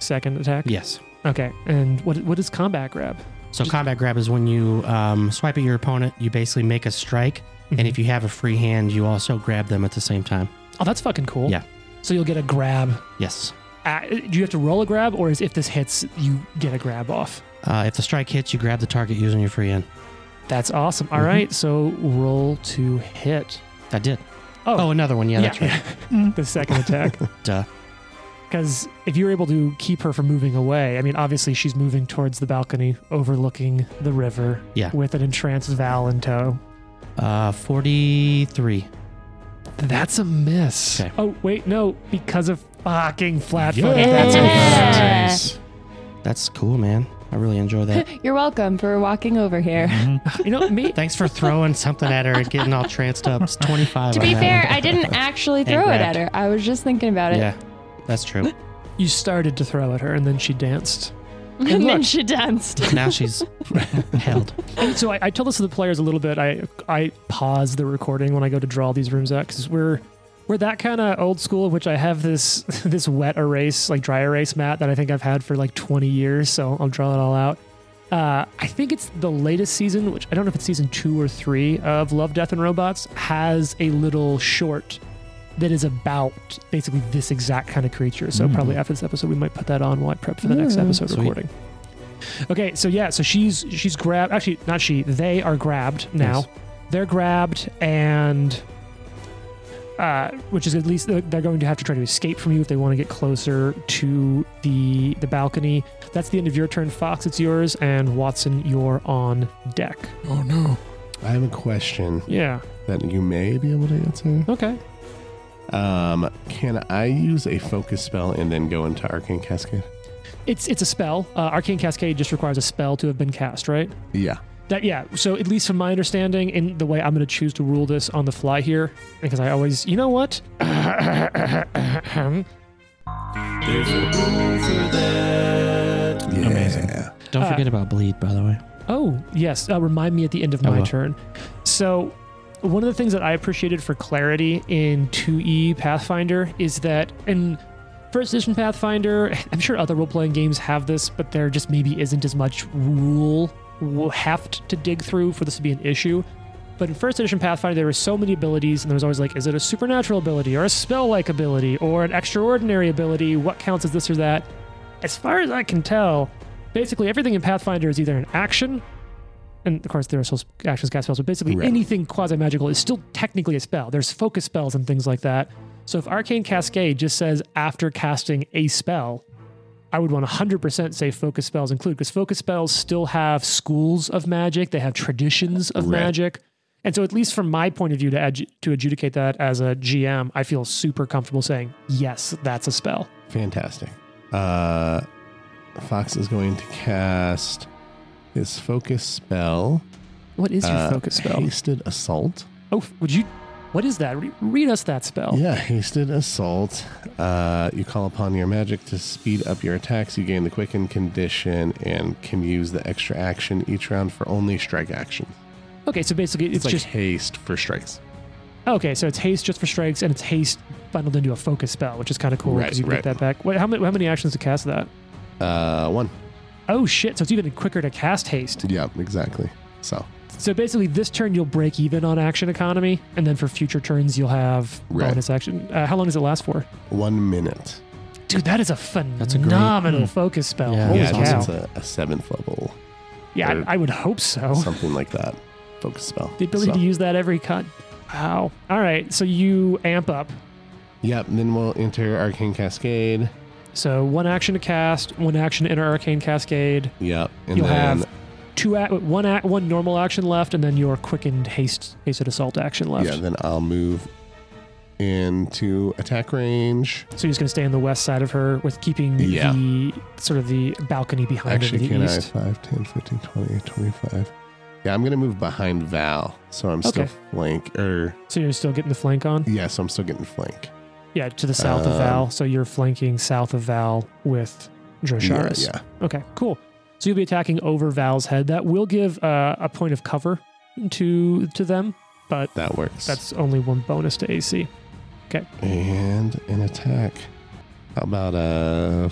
Second attack. yes. Okay, and what what is combat grab? So combat grab is when you um, swipe at your opponent, you basically make a strike, and Mm-hmm. if you have a free hand, you also grab them at the same time. oh, that's fucking cool. Yeah. So you'll get a grab. Yes. Uh, do you have to roll a grab, or is if this hits, you get a grab off? Uh, if the strike hits, you grab the target using your free hand. That's awesome. All Mhm. right, so roll to hit. I did. Oh, Oh, another one. Yeah, that's right. the second attack. Duh. Because if you're able to keep her from moving away, I mean, obviously she's moving towards the balcony overlooking the river. Yeah. With an entranced Val in tow. Uh, 43. That's a miss. Okay. Oh wait, no, because of fucking flat Yeah. footed. That's a miss. Yeah. That's cool, man. I really enjoy that. You're welcome for walking over here. You know, me, Thanks for throwing something at her and getting all tranced up. It's 25. to on be that fair, one. I didn't actually throw it at grabbed. her. I was just thinking about it. Yeah, that's true. You started to throw at her, and then she danced. and And then look. she danced. Now she's held. And so I, I tell this to the players a little bit. I I pause the recording when I go to draw these rooms out because we're we're that kind of old school. in Which I have this this wet erase, like dry erase mat that I think I've had for like 20 years. So I'll draw it all out. Uh, I think it's the latest season, which I don't know if it's season two or three of Love, Death, and Robots, has a little short that is about basically this exact kind of creature. So probably after this episode, we might put that on while I prep for the next episode Sweet. recording. Okay, so yeah, so she's she's grabbed. Actually, not she. They are grabbed now. Yes. They're grabbed, and uh, which is at least they're they're going to have to try to escape from you if they want to get closer to the the balcony. That's the end of your turn, Fox. It's yours, and Watson, you're on deck. Oh no. I have a question Yeah. that you may be able to answer. Okay. Um, can I use a focus spell and then go into Arcane Cascade? It's it's a spell. Uh, Arcane Cascade just requires a spell to have been cast, right? Yeah. That yeah. So at least from my understanding, and the way I'm going to choose to rule this on the fly here, because I always, you know what? yeah. Amazing. Don't Uh, forget about bleed, by the way. Oh, yes. Uh, remind me at the end of I my will. turn. So, one of the things that I appreciated for clarity in 2E Pathfinder is that in First Edition Pathfinder, I'm sure other role playing games have this, but there just maybe isn't as much rule w- heft to dig through for this to be an issue. But in First Edition Pathfinder, there were so many abilities, and there was always like, is it a supernatural ability, or a spell like ability, or an extraordinary ability? What counts as this or that? As far as I can tell, basically everything in Pathfinder is either an action, and of course there are still actions, cast spells, but basically Right. anything quasi magical is still technically a spell. There's focus spells and things like that. So if Arcane Cascade just says after casting a spell, I would 100% say focus spells include because focus spells still have schools of magic, they have traditions of Right. magic. And so, at least from my point of view, to adju- to adjudicate that as a GM, I feel super comfortable saying yes, that's a spell. Fantastic. Uh, Fox is going to cast his focus spell. What is your uh, focus spell? Hasted assault. Oh, f- would you? What is that? Re- read us that spell. Yeah, hasted assault. Uh, you call upon your magic to speed up your attacks. You gain the quicken condition and can use the extra action each round for only strike actions. Okay, so basically, It's, it's, like just haste for strikes. okay. So it's haste just for strikes, and it's haste bundled into a focus spell, which is kind of cool Right, because you can right. get that back. Wait, how many how many actions to cast that? Uh, one. Oh shit! So it's even quicker to cast haste. Yeah, exactly. So So basically, this turn you'll break even on action economy, and then for future turns you'll have Right. bonus action. Uh, how long does it last for? one minute. Dude, that is a a great- phenomenal focus spell. Yeah. Holy Mm. yeah, cow! it's a, a seventh level, yeah, or- I, I would hope so. something like that. Focus spell. Oh. The ability So- to use that every cut. Wow. All right, so you amp up. Yep, then we'll enter Arcane Cascade. So one action to cast, one action to enter Arcane Cascade. Yep, and You'll then have two ac one ac one normal action left, and then your quickened haste hasted assault action left. yeah, then I'll move into attack range. so you're just gonna stay on the west side of her, with keeping Yeah. the sort of the balcony behind Actually, her to the can I? east. 5, 10, 15, 20, 25. Yeah, I'm going to move behind Val. So I'm still Okay. flank, or So you're still getting the flank on. yeah, so I'm still getting flank. Yeah, to the south of Um, Val. So you're flanking south of Val with Yeah, Drosharis. yeah. Okay, cool. So you'll be attacking over Val's head. That will give uh, a point of cover to to them, but that works. that's only one bonus to AC. and an attack. How about uh,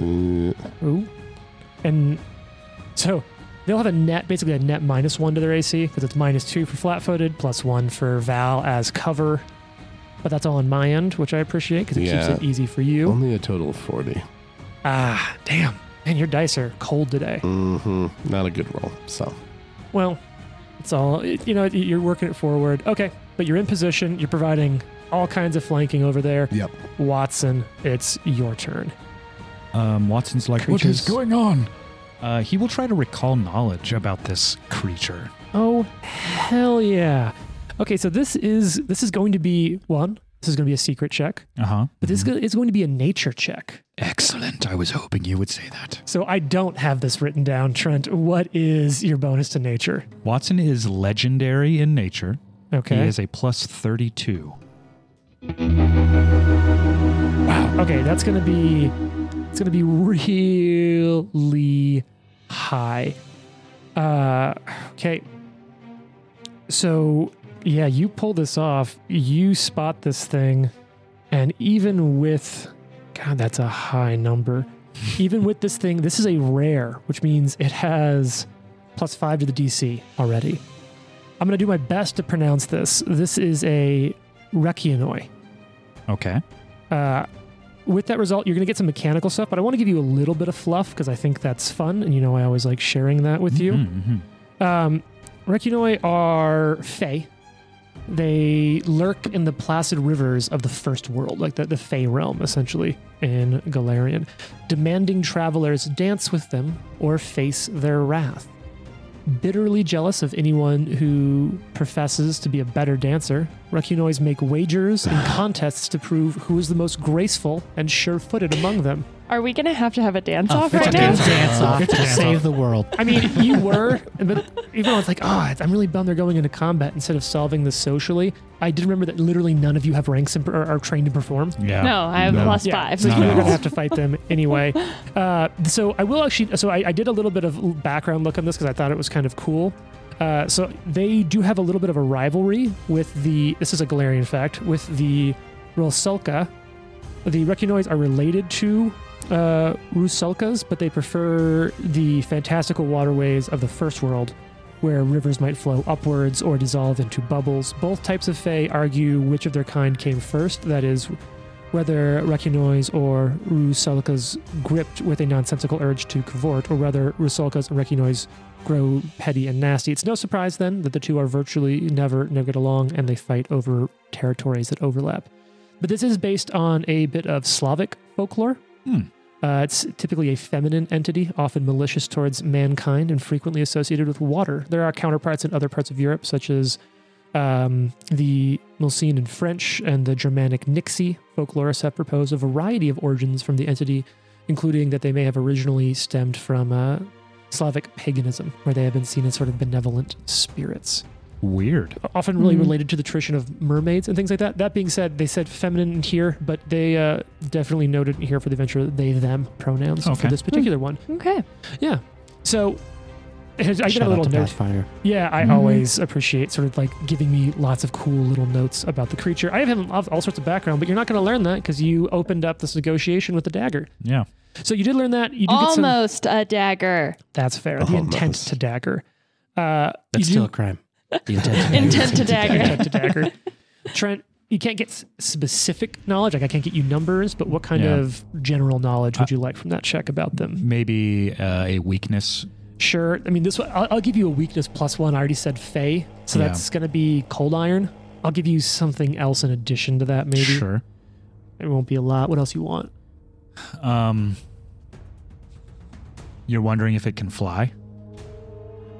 uh, Ooh. And so they'll have a net, basically a net minus one to their AC because it's minus two for flat footed, plus one for Val as cover. But that's all on my end, which I appreciate because it Yeah. keeps it easy for you. only a total of 40? Ah, damn. Man, your dice are cold today. Mm-hmm. Not a good roll. So Well, it's all, it- you know, you're working it forward. Okay, but you're in position. You're providing all kinds of flanking over there. Yep. Watson, it's your turn. Um, Watson's like, What is creatures. going on? uh, he will try to recall knowledge about this creature. Oh hell yeah! Okay, so this is this is going to be one. This is going to be a secret check, Uh huh. but this is go- is going to be a nature check. Excellent. I was hoping you would say that. So I don't have this written down, Trent. What is your bonus to nature? Watson is legendary in nature. He Okay. is a plus 32. Okay, that's going to be it's going to be really high. Uh, okay. So yeah, you pull this off. You spot this thing, and even with God, that's a high number. even with this thing, this is a rare, which means it has plus five to the DC already. I'm gonna do my best to pronounce this. This is a Rekianoi. Okay. Uh, with that result, you're going to get some mechanical stuff, but I want to give you a little bit of fluff because I think that's fun. And you know, I always like Mm-hmm. Mm-hmm. sharing that with Um, you. Mhm, mhm. Um, Rekinoi are Fey. They lurk in the placid rivers of the First World, like the, the Fey realm, essentially, in Galarian. Demanding travelers dance with them or face their wrath. Bitterly jealous of anyone who professes to be a better dancer, Rakunois make wagers and contests to prove who is the most graceful and sure footed among them. Are we gonna have to have a dance Oh, off right now? dance, dance off to save the world. I mean, you were, but even though it's like, oh, I'm really bummed they're going into combat instead of solving this socially. I did remember that literally none of you have ranks and or are trained to perform. Yeah. No, I have No. plus Yeah, five. So Not you're at gonna all. have to fight them anyway. Uh, so I will actually. So I, I did a little bit of background look on this because I thought it was kind of cool. Uh, so they do have a little bit of a rivalry with the. This is a Galarian fact with the Rusulka. The Reconoids are related to uh, Rusulkas, but they prefer the fantastical waterways of the First World, where rivers might flow upwards or dissolve into bubbles. Both types of Fae argue which of their kind came first. That is, whether Rekinois or Rusalka's gripped with a nonsensical urge to cavort, or whether Rusalka's and Rekinois grow petty and nasty. It's no surprise then that the two are virtually never never get along and they fight over territories that overlap. But this is based on a bit of Slavic folklore. Hmm. Uh, it's typically a feminine entity, often malicious towards mankind and frequently associated with water. There are counterparts in other parts of Europe, such as um, the Milcene in French and the Germanic Nixie folklorists have proposed a variety of origins from the entity, including that they may have originally stemmed from uh, Slavic paganism, where they have been seen as sort of benevolent spirits Weird. often really Mhm. related to the tradition of mermaids and things like that. That being said, they said feminine here, but they uh, definitely noted here for the adventure they them pronouns for Okay. this particular one. Okay. Yeah. So I did Shout a little out to note. Pathfinder. Yeah, I Mm-hmm. Mhm. always appreciate sort of like giving me lots of cool little notes about the creature. I have him of all sorts of background, but you're not going to learn that because you opened up this negotiation with the dagger. Yeah. So you did learn that. You do get some. Almost a dagger. That's fair. The intent Almost. to dagger. Uh, you Oh, That's do- still a crime. The intent to Intent to dagger. Intent to dagger. Trent, you can't get s- specific knowledge. Like I can't get you numbers, but what kind Yeah. of general knowledge would you like from that check about them? Maybe uh, a weakness. Sure. I mean, this one, I'll, I'll give you a weakness plus one. I already said Fey, so Yeah. that's going to be Cold Iron. I'll give you something else in addition to that, maybe. Sure. It won't be a lot. What else you want? Um, you're wondering if it can fly.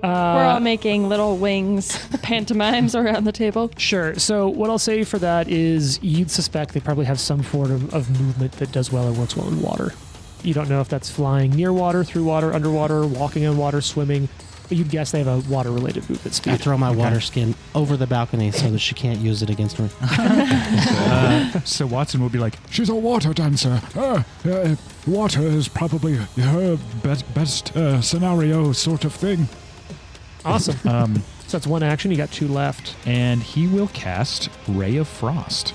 We're Uh, all making little wings pantomimes around the table. sure. So, what I'll say for that is you'd suspect they probably have some form of, of movement that does well or works well in water. You don't know if that's flying near water, through water, underwater, walking on water, swimming, but you'd guess they have a water related movement speed. I throw my water skin over the balcony so that she can't use it against me. So Watson will be like, She's a water dancer. Uh, uh, water is probably her best, best uh, scenario sort of thing. Awesome. um, so, that's one action. You got two left. and he will cast Ray of Frost.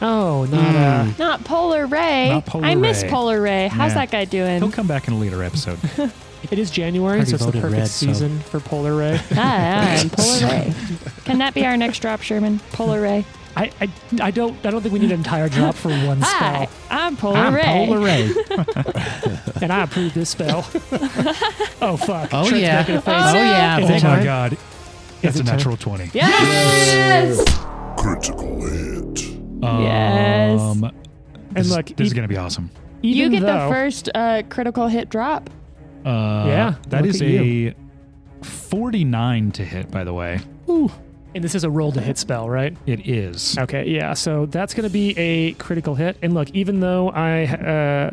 Oh, not Hmm. a. Not Polar Ray. Not Polar I miss Ray. Polar Ray. How's Yeah. that guy He'll doing? come back in a later episode. It is January, Already so it's the voted perfect red, so- season for Polar Ray. ah, I'm Polar Ray. Can that be our next drop, Sherman? Polar Ray. I, I, I don't I don't think we need an entire drop for one Hi, spell. I'm Polar I'm Ray. Polar Ray. and I approve this spell. oh fuck. Oh, Trent's yeah. making a face. Oh, yeah. Is oh it my time? god. That's a it time? natural 20. Yes. Critical hit. Yes. Um, And this, look, this is e- going to be awesome. You even get though, the first uh, critical hit drop. Uh, Yeah, That look is at you. a 49 to hit, by the way. and this is a roll to hit spell, right? It is. Okay, yeah. So that's going to be a critical hit. And look, even though I uh,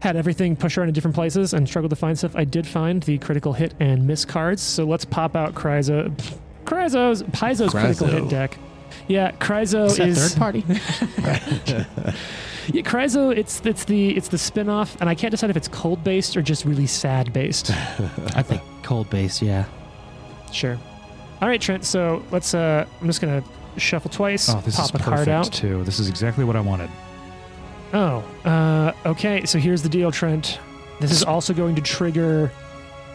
had everything push around in different places and struggled to find stuff, I did find the critical hit and miss cards. So let's pop out Kryzo, Kryzo's Paizo's critical Kryzo. hit deck. Yeah, Kryzo Is that is third party? Yeah, Kryzo, it's it's the it's the spin-off, and I can't decide if it's cold based or just really sad based. I think cold base, yeah. sure. All right, Trent. So let's. uh I'm just gonna shuffle twice. Oh, this pop is a card perfect, out. too. This is exactly what I wanted. Oh. Uh, okay. So here's the deal, Trent. This is also going to trigger.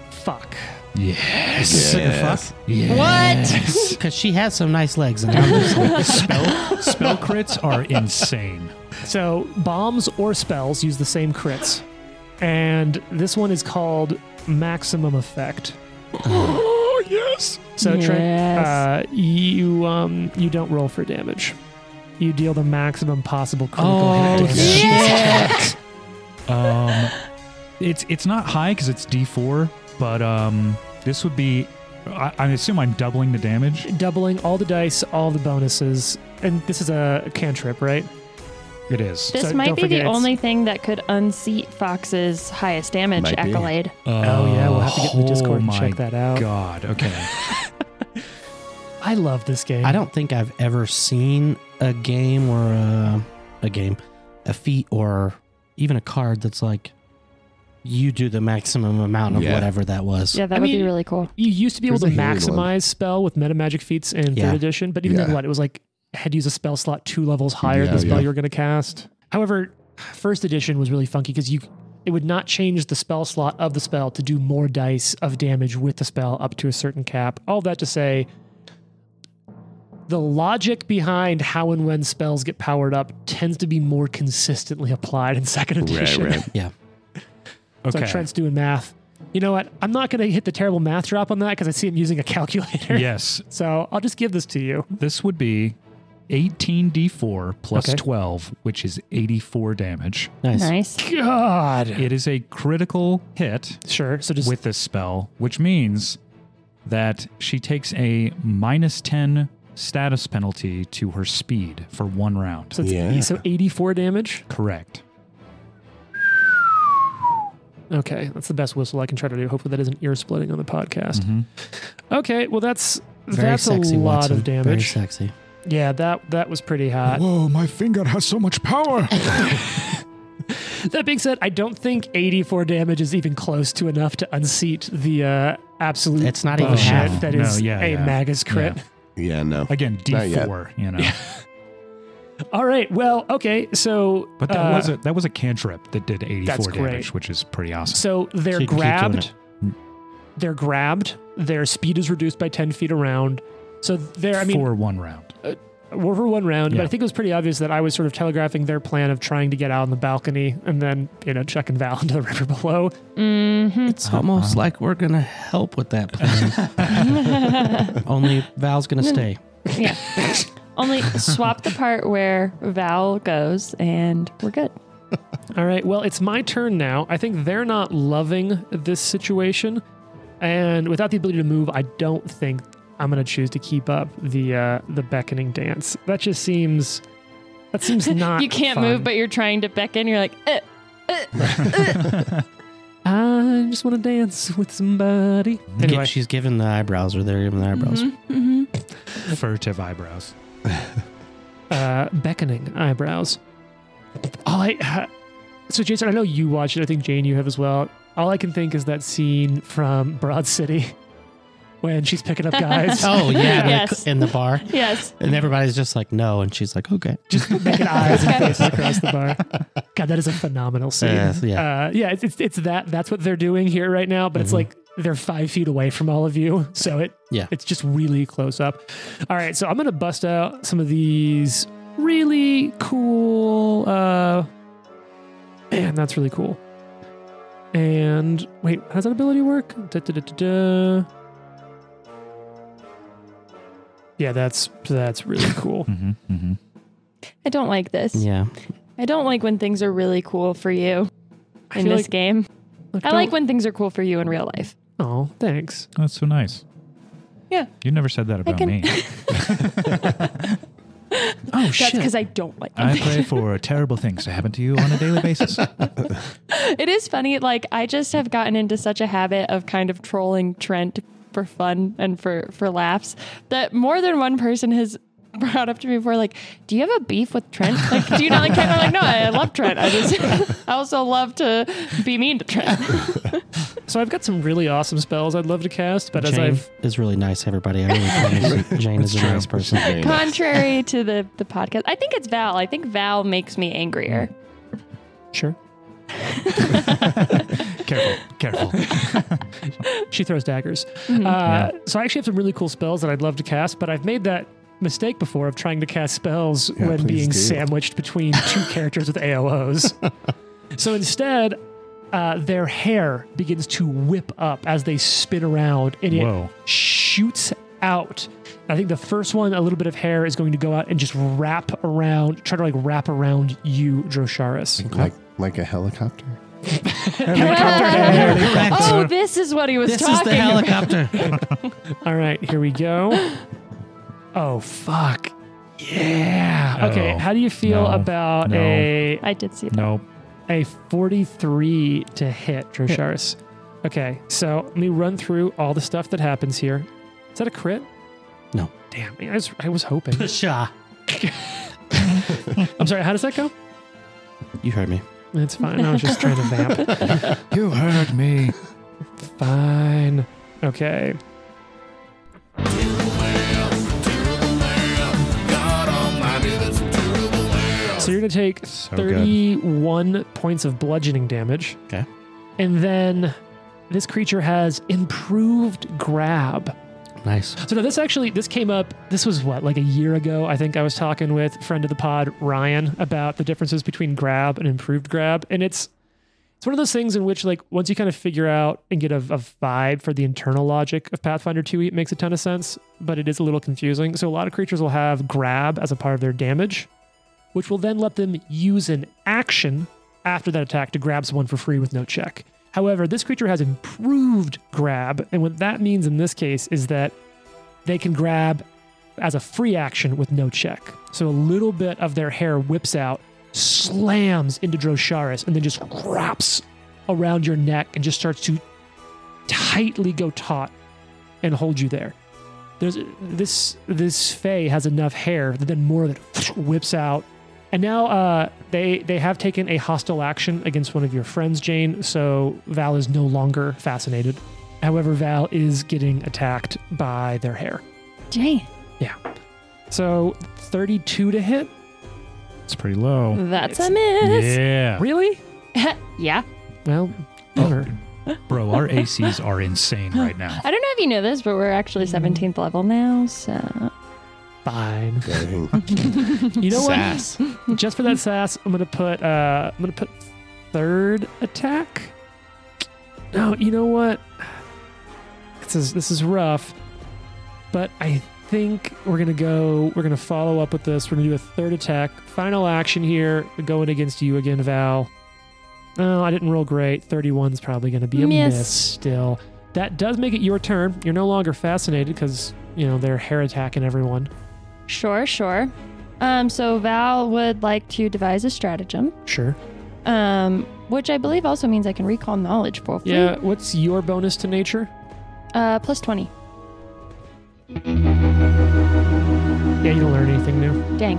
Fuck. Yes. Sick of fuck. Yes. Because she has some nice legs, and I'm just like, spell, spell crits are insane. So bombs or spells use the same crits, and this one is called maximum effect. Oh yes. So Trent, Yes. uh, you um, you don't roll for damage. You deal the maximum possible critical Oh, hit damage. shit. Um, it's it's not high because it's D4, but um, this would be. I, I assume I'm doubling the damage. Doubling all the dice, all the bonuses, and this is a cantrip, right? It is. This So don't might be forget the it's- only thing that could unseat Fox's highest damage Might be. accolade. Uh, oh yeah, we'll have to get in the Discord and oh check my that out. God. Okay. I love this game. I don't think I've ever seen a game or a, a game, a feat or even a card that's like you do the maximum amount of Yeah. whatever that was. Yeah, that I would be mean- really cool. You used to be able Here's to a Hayley maximize one. spell with metamagic feats in Yeah. third edition, but even Yeah. then, what it was like had to use a spell slot two levels higher than Yeah, the spell yeah. you were going to cast. However, first edition was really funky because you it would not change the spell slot of the spell to do more dice of damage with the spell up to a certain cap. All that to say, the logic behind how and when spells get powered up tends to be more consistently applied in second Right, edition. right. Yeah. So Okay. Trent's doing math. You know what? I'm not going to hit the terrible math drop on that because I see him using a calculator. yes, So I'll just give this to you. this would be 18d4 plus Okay. 12, which is 84 damage. Nice. Nice. God. It is a critical hit Sure. So just with this spell, which means that she takes a minus 10 status penalty to her speed for one round. so it's Yeah. so 84 damage. Correct. Okay, that's the best whistle I can try to do. Hopefully that isn't ear splitting on the podcast. Okay, well that's Mm-hmm. Very that's sexy, a lot Watson. of Very damage. sexy. Yeah, that that was pretty hot. Whoa, my finger has so much power. That being said, I don't think 84 damage is even close to enough to unseat the uh, absolute. It's not even bullshit half. That No, is yeah, a yeah. magus crit. Yeah. Yeah, no. Again, Not yet. D4, you know. All right. Well, okay. So, But that uh, was a that was a cantrip that did 84 That's damage, great. which is pretty awesome. so they're Keep- keep doing grabbed. it. They're grabbed. Their speed is reduced by ten feet around. So they're. I mean, for one round. we're for one round, but Yeah. I think it was pretty obvious that I was sort of telegraphing their plan of trying to get out on the balcony and then you know chucking Val into the river below. hmm It's almost like we're gonna help with that plan. Only Val's gonna stay. Yeah. Only swap the part where Val goes and we're good. All right. Well, it's my turn now. I think they're not loving this situation, and without the ability to move, I don't think I'm going to choose to keep up the uh, the beckoning dance. That just seems that seems not. you can't fun. move, but you're trying to beckon. You're like, eh. uh." I just want to dance with somebody. Yeah, Anyway, she's giving the eyebrows, or they're giving Mm-hmm. the eyebrows. Furtive eyebrows. uh, beckoning eyebrows. All I ha- so Jason, I know you watched it. I think Jane, you have as well. All I can think is that scene from Broad City when she's picking up guys. Oh yeah, Yes. in the bar, yes. and everybody's just like, "No," and she's like, "Okay." just making eyes and faces across the bar. God, that is a phenomenal scene. Yes, yeah. uh, yeah. It's, it's it's that that's what they're doing here right now, but it's Mhm. like they're five feet away from all of you, so it Yeah. it's just really close up. All right, so I'm gonna bust out some of these really cool. Uh, man, that's really cool. And wait, how does that ability work? Da, da, da, da, da. Yeah, that's that's really cool. hmm hmm I don't like this. Yeah, I don't like when things are really cool for you I in feel this like- game. I don't- like when things are cool for you in real life. Oh, thanks. That's so nice. Yeah. You never said that about can- me. Oh That's shit. because I don't like them. I pray for terrible things to happen to you on a daily basis. It is funny. Like I just have gotten into such a habit of kind of trolling Trent for fun and for for laughs that more than one person has brought up to me before. Like, do you have a beef with Trent? Like, do you not like Trent? I'm like, no, I love Trent. I just I also love to be mean to Trent. So I've got some really awesome spells I'd love to cast, but as Jane I've is really nice. Everybody, I really promise. Jane is a nice person. Very nice. Contrary to the the podcast, I think it's Val. I think Val makes me angrier. sure careful, careful. she throws daggers. Uh, So I actually have some really cool spells that I'd love to cast, but I've made that mistake before of trying to cast spells Yeah, when please being do. sandwiched between two characters with AOs. so instead, uh, their hair begins to whip up as they spin around and Whoa. it shoots out. I think the first one, a little bit of hair is going to go out and just wrap around, try to like wrap around you, Drosharis. Like like a helicopter. oh, this is what he was This is talking the helicopter. All right, here we go. Oh, fuck. Yeah. Okay, Oh, how do you feel no, about no. a I did see that. Nope. a 43 to hit Drosharis. Okay, so let me run through all the stuff that happens here. Is that a crit? No. Damn, I was, I was hoping. Pshaw. I'm sorry, how does that go? You heard me. It's fine. I was just trying to vamp. You heard me. Fine. Okay. So you're going to take So good. 31 points of bludgeoning damage. Okay. And then this creature has improved grab. Nice. So no, this actually this came up. This was what like a year ago. I think I was talking with friend of the pod Ryan about the differences between grab and improved grab, and it's it's one of those things in which like once you kind of figure out and get a, a vibe for the internal logic of Pathfinder 2e, it makes a ton of sense, but it is a little confusing. So a lot of creatures will have grab as a part of their damage, which will then let them use an action after that attack to grab someone for free with no check. However, this creature has improved grab, and what that means in this case is that they can grab as a free action with no check. So a little bit of their hair whips out, slams into Drosharis, and then just wraps around your neck and just starts to tightly go taut and hold you there. There's this this Fey has enough hair that then more of it whips out. And now uh, they they have taken a hostile action against one of your friends, Jane. So Val is no longer fascinated. However, Val is getting attacked by their hair. Dang, So 32 to hit. It's pretty Mm. low. that's a miss. Yeah. Really? Yeah. Well, bummer. Bro, our ACs are insane right now. I don't know if you know this, but we're actually Mm-hmm. 17th level now, so. fine. Dang. You know Sass. what? Just for that sass, I'm gonna put uh, I'm gonna put third attack. No, you know what? This is this is rough, but I think we're gonna go. We're gonna follow up with this. We're gonna do a third attack. Final action here, going against you again, Val. No, I didn't roll great. 31's probably gonna be a Miss. miss still. That does make it your turn. You're no longer fascinated because you know they're hair attacking everyone. Sure, sure. Um, so Val would like to devise a stratagem, Sure. um, which I believe also means I can recall knowledge for free. Yeah. What's your bonus to nature? Uh, plus 20. Yeah, you don't learn anything new. Dang.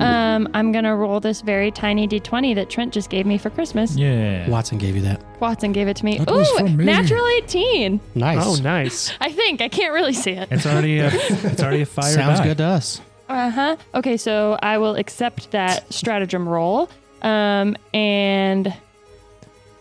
Um, I'm going to roll this very tiny d20 that Trent just gave me for Christmas. Yeah. Watson gave you that. Watson gave it to me. That was Ooh, from me. natural 18. Nice. Oh, nice. I think. I can't really see it. It's already a it's already a fire. Sounds die. good to us. Uh huh. Okay, so I will accept that stratagem roll. Um, and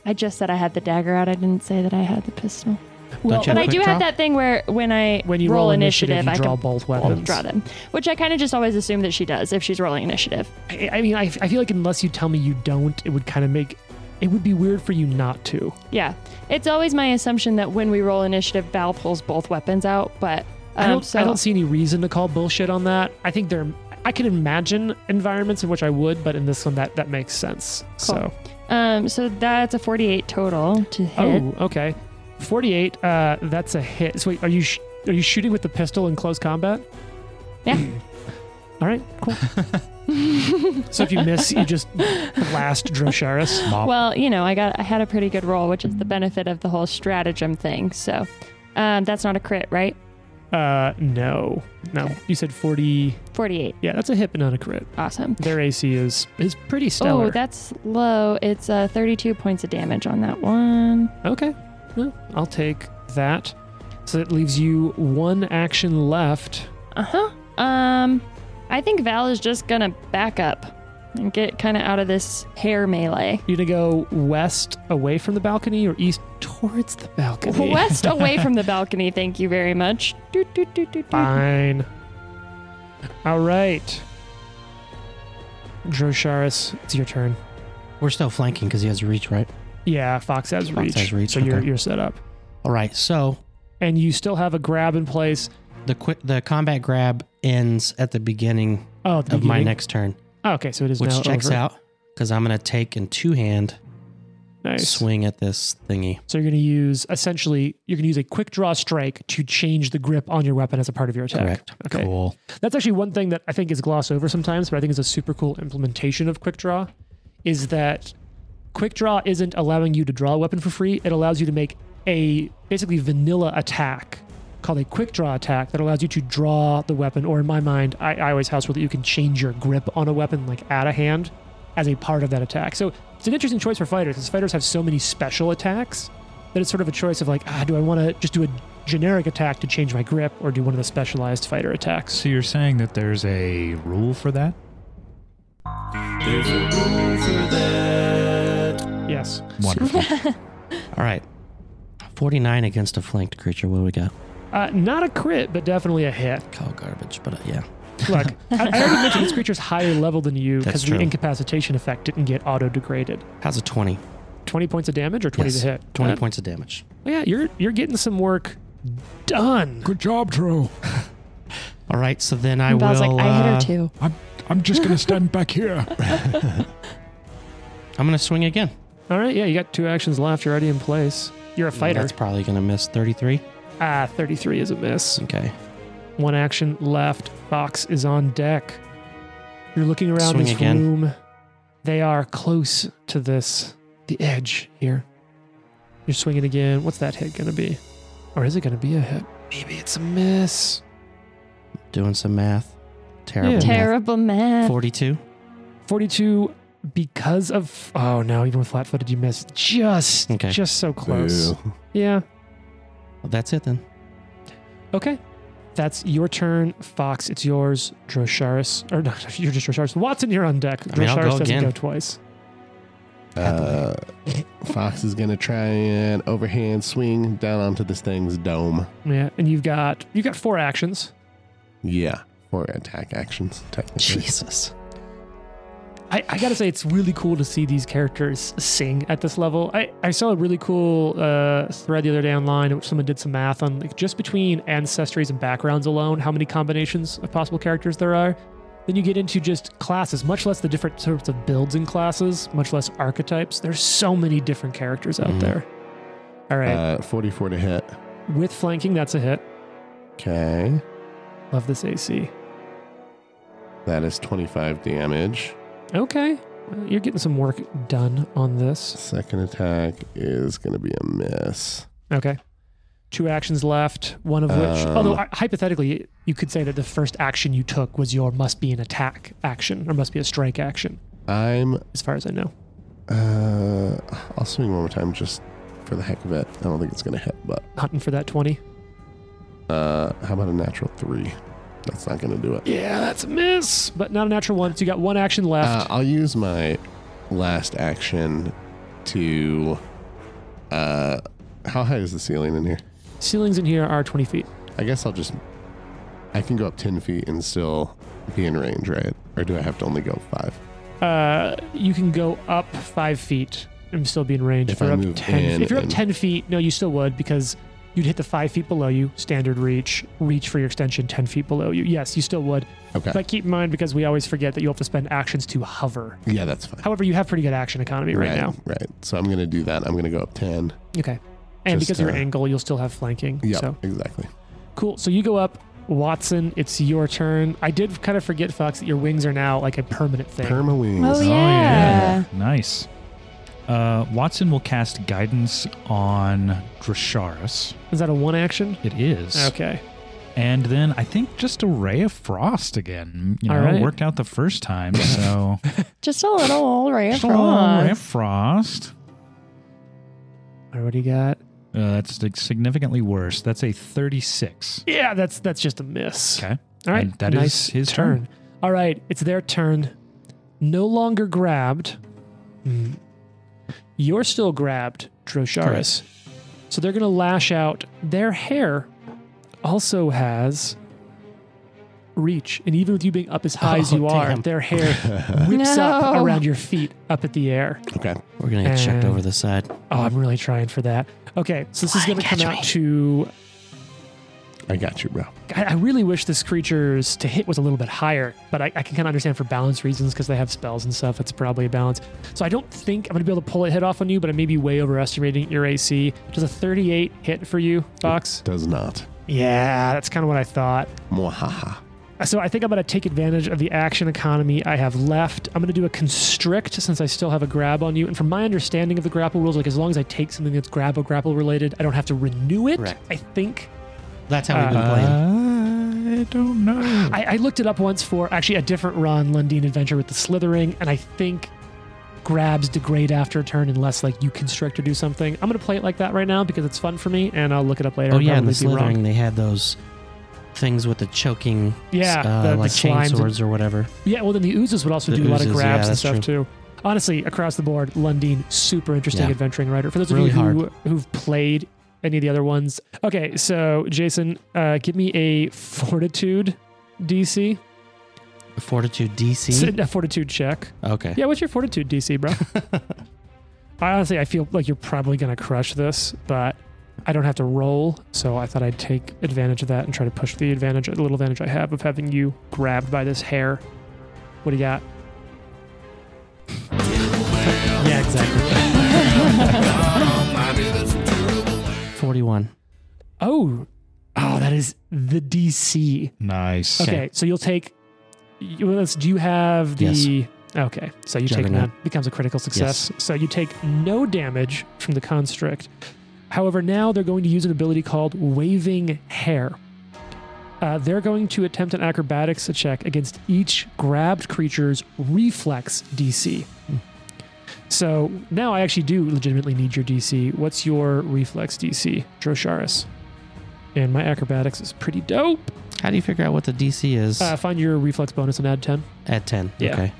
I just said I had the dagger out. I didn't say that I had the pistol. Well, you have but I quick do draw? have that thing where when I When you roll, initiative, you draw I can both I'll weapons. draw them, which I kind of just always assume that she does if she's rolling initiative. I, I mean, I, I feel like unless you tell me you don't, it would kind of make it would be weird for you not to. Yeah, it's always my assumption that when we roll initiative, Val pulls both weapons out. But um, I don't. so I don't see any reason to call bullshit on that. I think there. I can imagine environments in which I would, but in this one, that that makes sense. So, um, so that's a forty-eight total to hit. oh, okay, forty-eight. Uh, that's a hit. So, wait, are you sh- are you shooting with the pistol in close combat? Hmm. Yeah. All right, cool. so if you miss, you just blast Drosharis. Mop. Well, you know, I got I had a pretty good roll, which is the benefit of the whole stratagem thing. So um, that's not a crit, right? Uh, no, no. Okay. You said forty. Forty-eight. Yeah, that's a hit, but not a crit. Awesome. Their AC is is pretty stellar. Oh, that's low. It's uh, thirty-two points of damage on that one. okay. Well, I'll take that. So that leaves you one action left. Uh Uh-huh. huh. Um, I think Val is just gonna back up and get kind of out of this hair melee. You gonna go west away from the balcony or east towards the balcony? West away from the balcony, thank you very much. Doot, doot, doot, doot, doot. Fine. All right. Drosharis, it's your turn. We're still flanking because he has reach, right? Yeah, Fox has reach. has reach, So you're okay. you're set up, All right, so and you still have a grab in place. the quick the combat grab ends at the beginning Oh, at the of my beginning. next turn, Oh, okay, so it is which now checks over. out because I'm gonna take in two hand Nice. swing at this thingy. So you're going to use essentially you're going to use a quick draw strike to change the grip on your weapon as a part of your attack. Correct. Okay. Cool. That's actually one thing that I think is glossed over sometimes, but I think is a super cool implementation of quick draw is that quick draw isn't allowing you to draw a weapon for free. It allows you to make a basically vanilla attack called a quick draw attack that allows you to draw the weapon, or in my mind, I, I always house rule that you can change your grip on a weapon like out of hand as a part of that attack. So it's an interesting choice for fighters because fighters have so many special attacks that it's sort of a choice of like, ah, do I want to just do a generic attack to change my grip or do one of the specialized fighter attacks? So you're saying that there's a rule for that? There's a rule for that. Yes. Wonderful. All right, forty nine against a flanked creature. What do we got? Uh, not a crit, but definitely a hit. Call garbage, but uh, yeah. Look, I, I already mentioned this creature's higher level than you That's because the true. incapacitation effect didn't get auto degraded. How's a twenty? 20 points of damage or 20 Yes, to hit? Twenty Uh, points of damage. Yeah, you're you're getting some work done. Good job, Tro. All right, so then I and will. Val's like, I hit uh, her too. I'm just gonna stand back here. I'm gonna swing again. All right, yeah, you got two actions left. You're already in place. You're a fighter. That's probably gonna miss thirty three. Ah, 33 is a miss. Okay. One action left. Fox is on deck. You're looking around Swing this again. room. They are close to this, the edge here. You're swinging again. What's that hit going to be? Or is it going to be a hit? Maybe it's a miss. Doing some math. Terrible. Yeah. math. Terrible man. 42. 42 because of. Oh no! Even with flat-footed, you missed. Just, Okay. just so close. Yeah. Well, that's it then. Okay. That's your turn, Fox. It's yours, Drosharis. Or no, you're just Drosharis. Watson, you're on deck. I mean, I'll Drosharis go doesn't again. go twice. Uh, Fox is gonna try and overhand swing down onto this thing's dome. Yeah, and you've got you've got four actions. Yeah, for attack actions. Technically, Jesus. I, I gotta say, it's really cool to see these characters sing at this level. I, I saw a really cool uh, thread the other day online in which someone did some math on like, just between ancestries and backgrounds alone, how many combinations of possible characters there are. Then you get into just classes, much less the different sorts of builds and classes, much less archetypes. There's so many different characters out Mhm. there. All right, uh, forty-four to hit. with flanking, that's a hit. Okay, Love this AC. that is twenty-five damage. Okay, Uh, you're getting some work done on this. Second attack is gonna be a miss. Okay. Two actions left, one of which, Um, although uh, hypothetically, you could say that the first action you took was your must be an attack action or must be a strike action, I'm. as far as I know. Uh, I'll swing one more time just for the heck of it. I don't think it's gonna hit, but Hunting for that 20. uh, how about a natural three? That's not gonna do it. Yeah, that's a miss, but not a natural one. So you got one action Uh, left. I'll use my last action to. Uh, how high is the ceiling in here? Ceilings in here are 20 feet. I guess I'll just. I can go up 10 feet and still be in range, right? Or do I have to only go five? Uh, you can go up five feet and still be in range. If you're I up move 10, in if you're up and- 10 feet, no, you still would because you'd hit the five feet below you, standard reach, reach for your extension 10 feet below you. Yes, you still would. Okay. But keep in mind, because we always forget that you have to spend actions to hover. yeah, that's fine. However, you have pretty good action economy right, now. Right. So I'm going to do that. I'm going to go up 10. Okay. And Just, because of your uh, angle, you'll still have flanking. Yeah, So exactly. cool. So you go up. Watson, it's your turn. I did kind of forget, Fox, that your wings are now like a permanent thing. Perma wings. Oh, yeah. Nice. Uh, Watson will cast guidance on Drasharis. Is that a one action? It is. Okay. And then I think just a ray of frost again. You All know, right. worked out the first time. So Just a little old ray of Just a little ray of frost. frost. I already got. Uh, that's like, significantly worse. That's a 36. Yeah, that's that's just a miss. Okay. All right. And that is nice his turn. All right. It's their turn. No longer grabbed. Hmm. You're still grabbed, Drosharis. So they're going to lash out. Their hair also has reach. And even with you being up as high as Oh, you are, damn. their hair whips up No. around your feet up at the air. Okay. We're gonna get checked And- over the side. Oh, I'm really trying for that. Okay, so this is going to come out to. I got you, bro. I, I really wish this creature's to hit was a little bit higher, but I, I can kind of understand for balance reasons because they have spells and stuff. It's probably a balance. So I don't think I'm going to be able to pull a hit off on you, but I may be way overestimating your AC. Does a 38 hit for you, Fox? Does not. Yeah, that's kind of what I thought. Mwahaha. So I think I'm going to take advantage of the action economy I have left. I'm going to do a constrict since I still have a grab on you. And from my understanding of the grapple rules, like as long as I take something that's grab or grapple related, I don't have to renew it. Right. I think That's how we've been Uh, playing. I don't know. I, I looked it up once for actually a different Ron Lundeen adventure with the slithering, and I think grabs degrade after a turn unless like you constrict or do something. I'm going to play it like that right now because it's fun for me, and I'll look it up later. Oh and yeah, in the probably be wrong. slithering they had those things with the choking, Yeah, uh, the, the like chain slimes and- swords or whatever. Yeah, well, then the oozes would also The do a lot of oozes, yeah, grabs and that's stuff too. Honestly, across the board, Lundeen, super interesting Yeah. adventuring writer. For those of Really you who, who've played any of the other ones, okay, so Jason, uh, give me a fortitude DC, Fortitude DC. S- a fortitude check. Okay. Yeah, what's your fortitude DC, bro? I honestly, I feel like you're probably gonna crush this, but I don't have to roll, so I thought I'd take advantage of that and try to push the advantage, the little advantage I have of having you grabbed by this hair. What do you got? yeah, exactly. Forty-one. Oh, oh, that is the DC. Nice. Okay, so you'll take. you- well, that's- Do you have the? Yes. Okay, so you take Juggernaut. that becomes a critical success. So you take no damage from the constrict. However, now they're going to use an ability called Waving Hair. Uh, they're going to attempt an acrobatics check against each grabbed creature's reflex DC. So now I actually do legitimately need your DC. What's your reflex DC, Drosharis? And my acrobatics is pretty dope. How do you figure out what the DC is Uh, find your reflex bonus and add 10. at ten? yeah. Okay.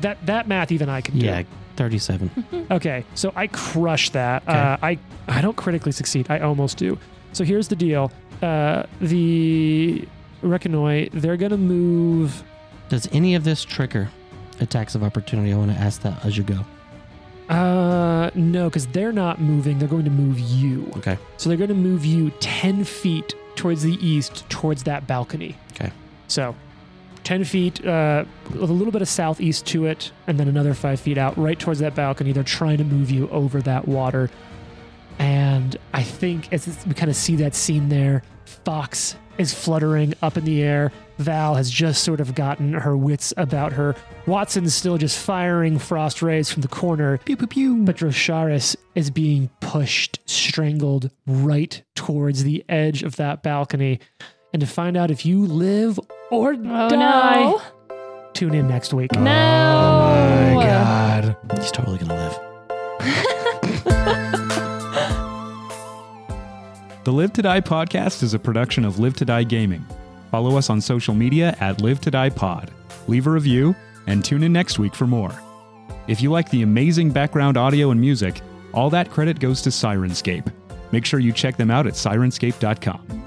That that math even I can do. Yeah, thirty-seven. Okay, so I crush that. Uh, I I don't critically succeed. I almost do. So here's the deal. Uh, the Reconnoit, they're gonna move. Does any of this trigger attacks of opportunity? I want to ask that as you go. Uh, no, because they're not moving. They're going to move you. Okay. So they're going to move you 10 feet towards the east, towards that balcony. Okay. So 10 feet, uh, with a little bit of southeast to it, and then another five feet out, right towards that balcony. They're trying to move you over that water. And I think as this- we kind of see that scene there, Fox is fluttering up in the air. Val has just sort of gotten her wits about her. Watson's still just firing frost rays from the corner. Pew, pew, pew. But Drosharis is being pushed, strangled right towards the edge of that balcony. And to find out if you live or Oh, die, no. tune in next week. No. Oh My God. He's totally gonna live. The Live to Die podcast is a production of Live to Die Gaming. Follow us on social media at Live to Die Pod. Leave a review and tune in next week for more. If you like the amazing background audio and music, all that credit goes to Sirenscape. Make sure you check them out at sirenscape.com.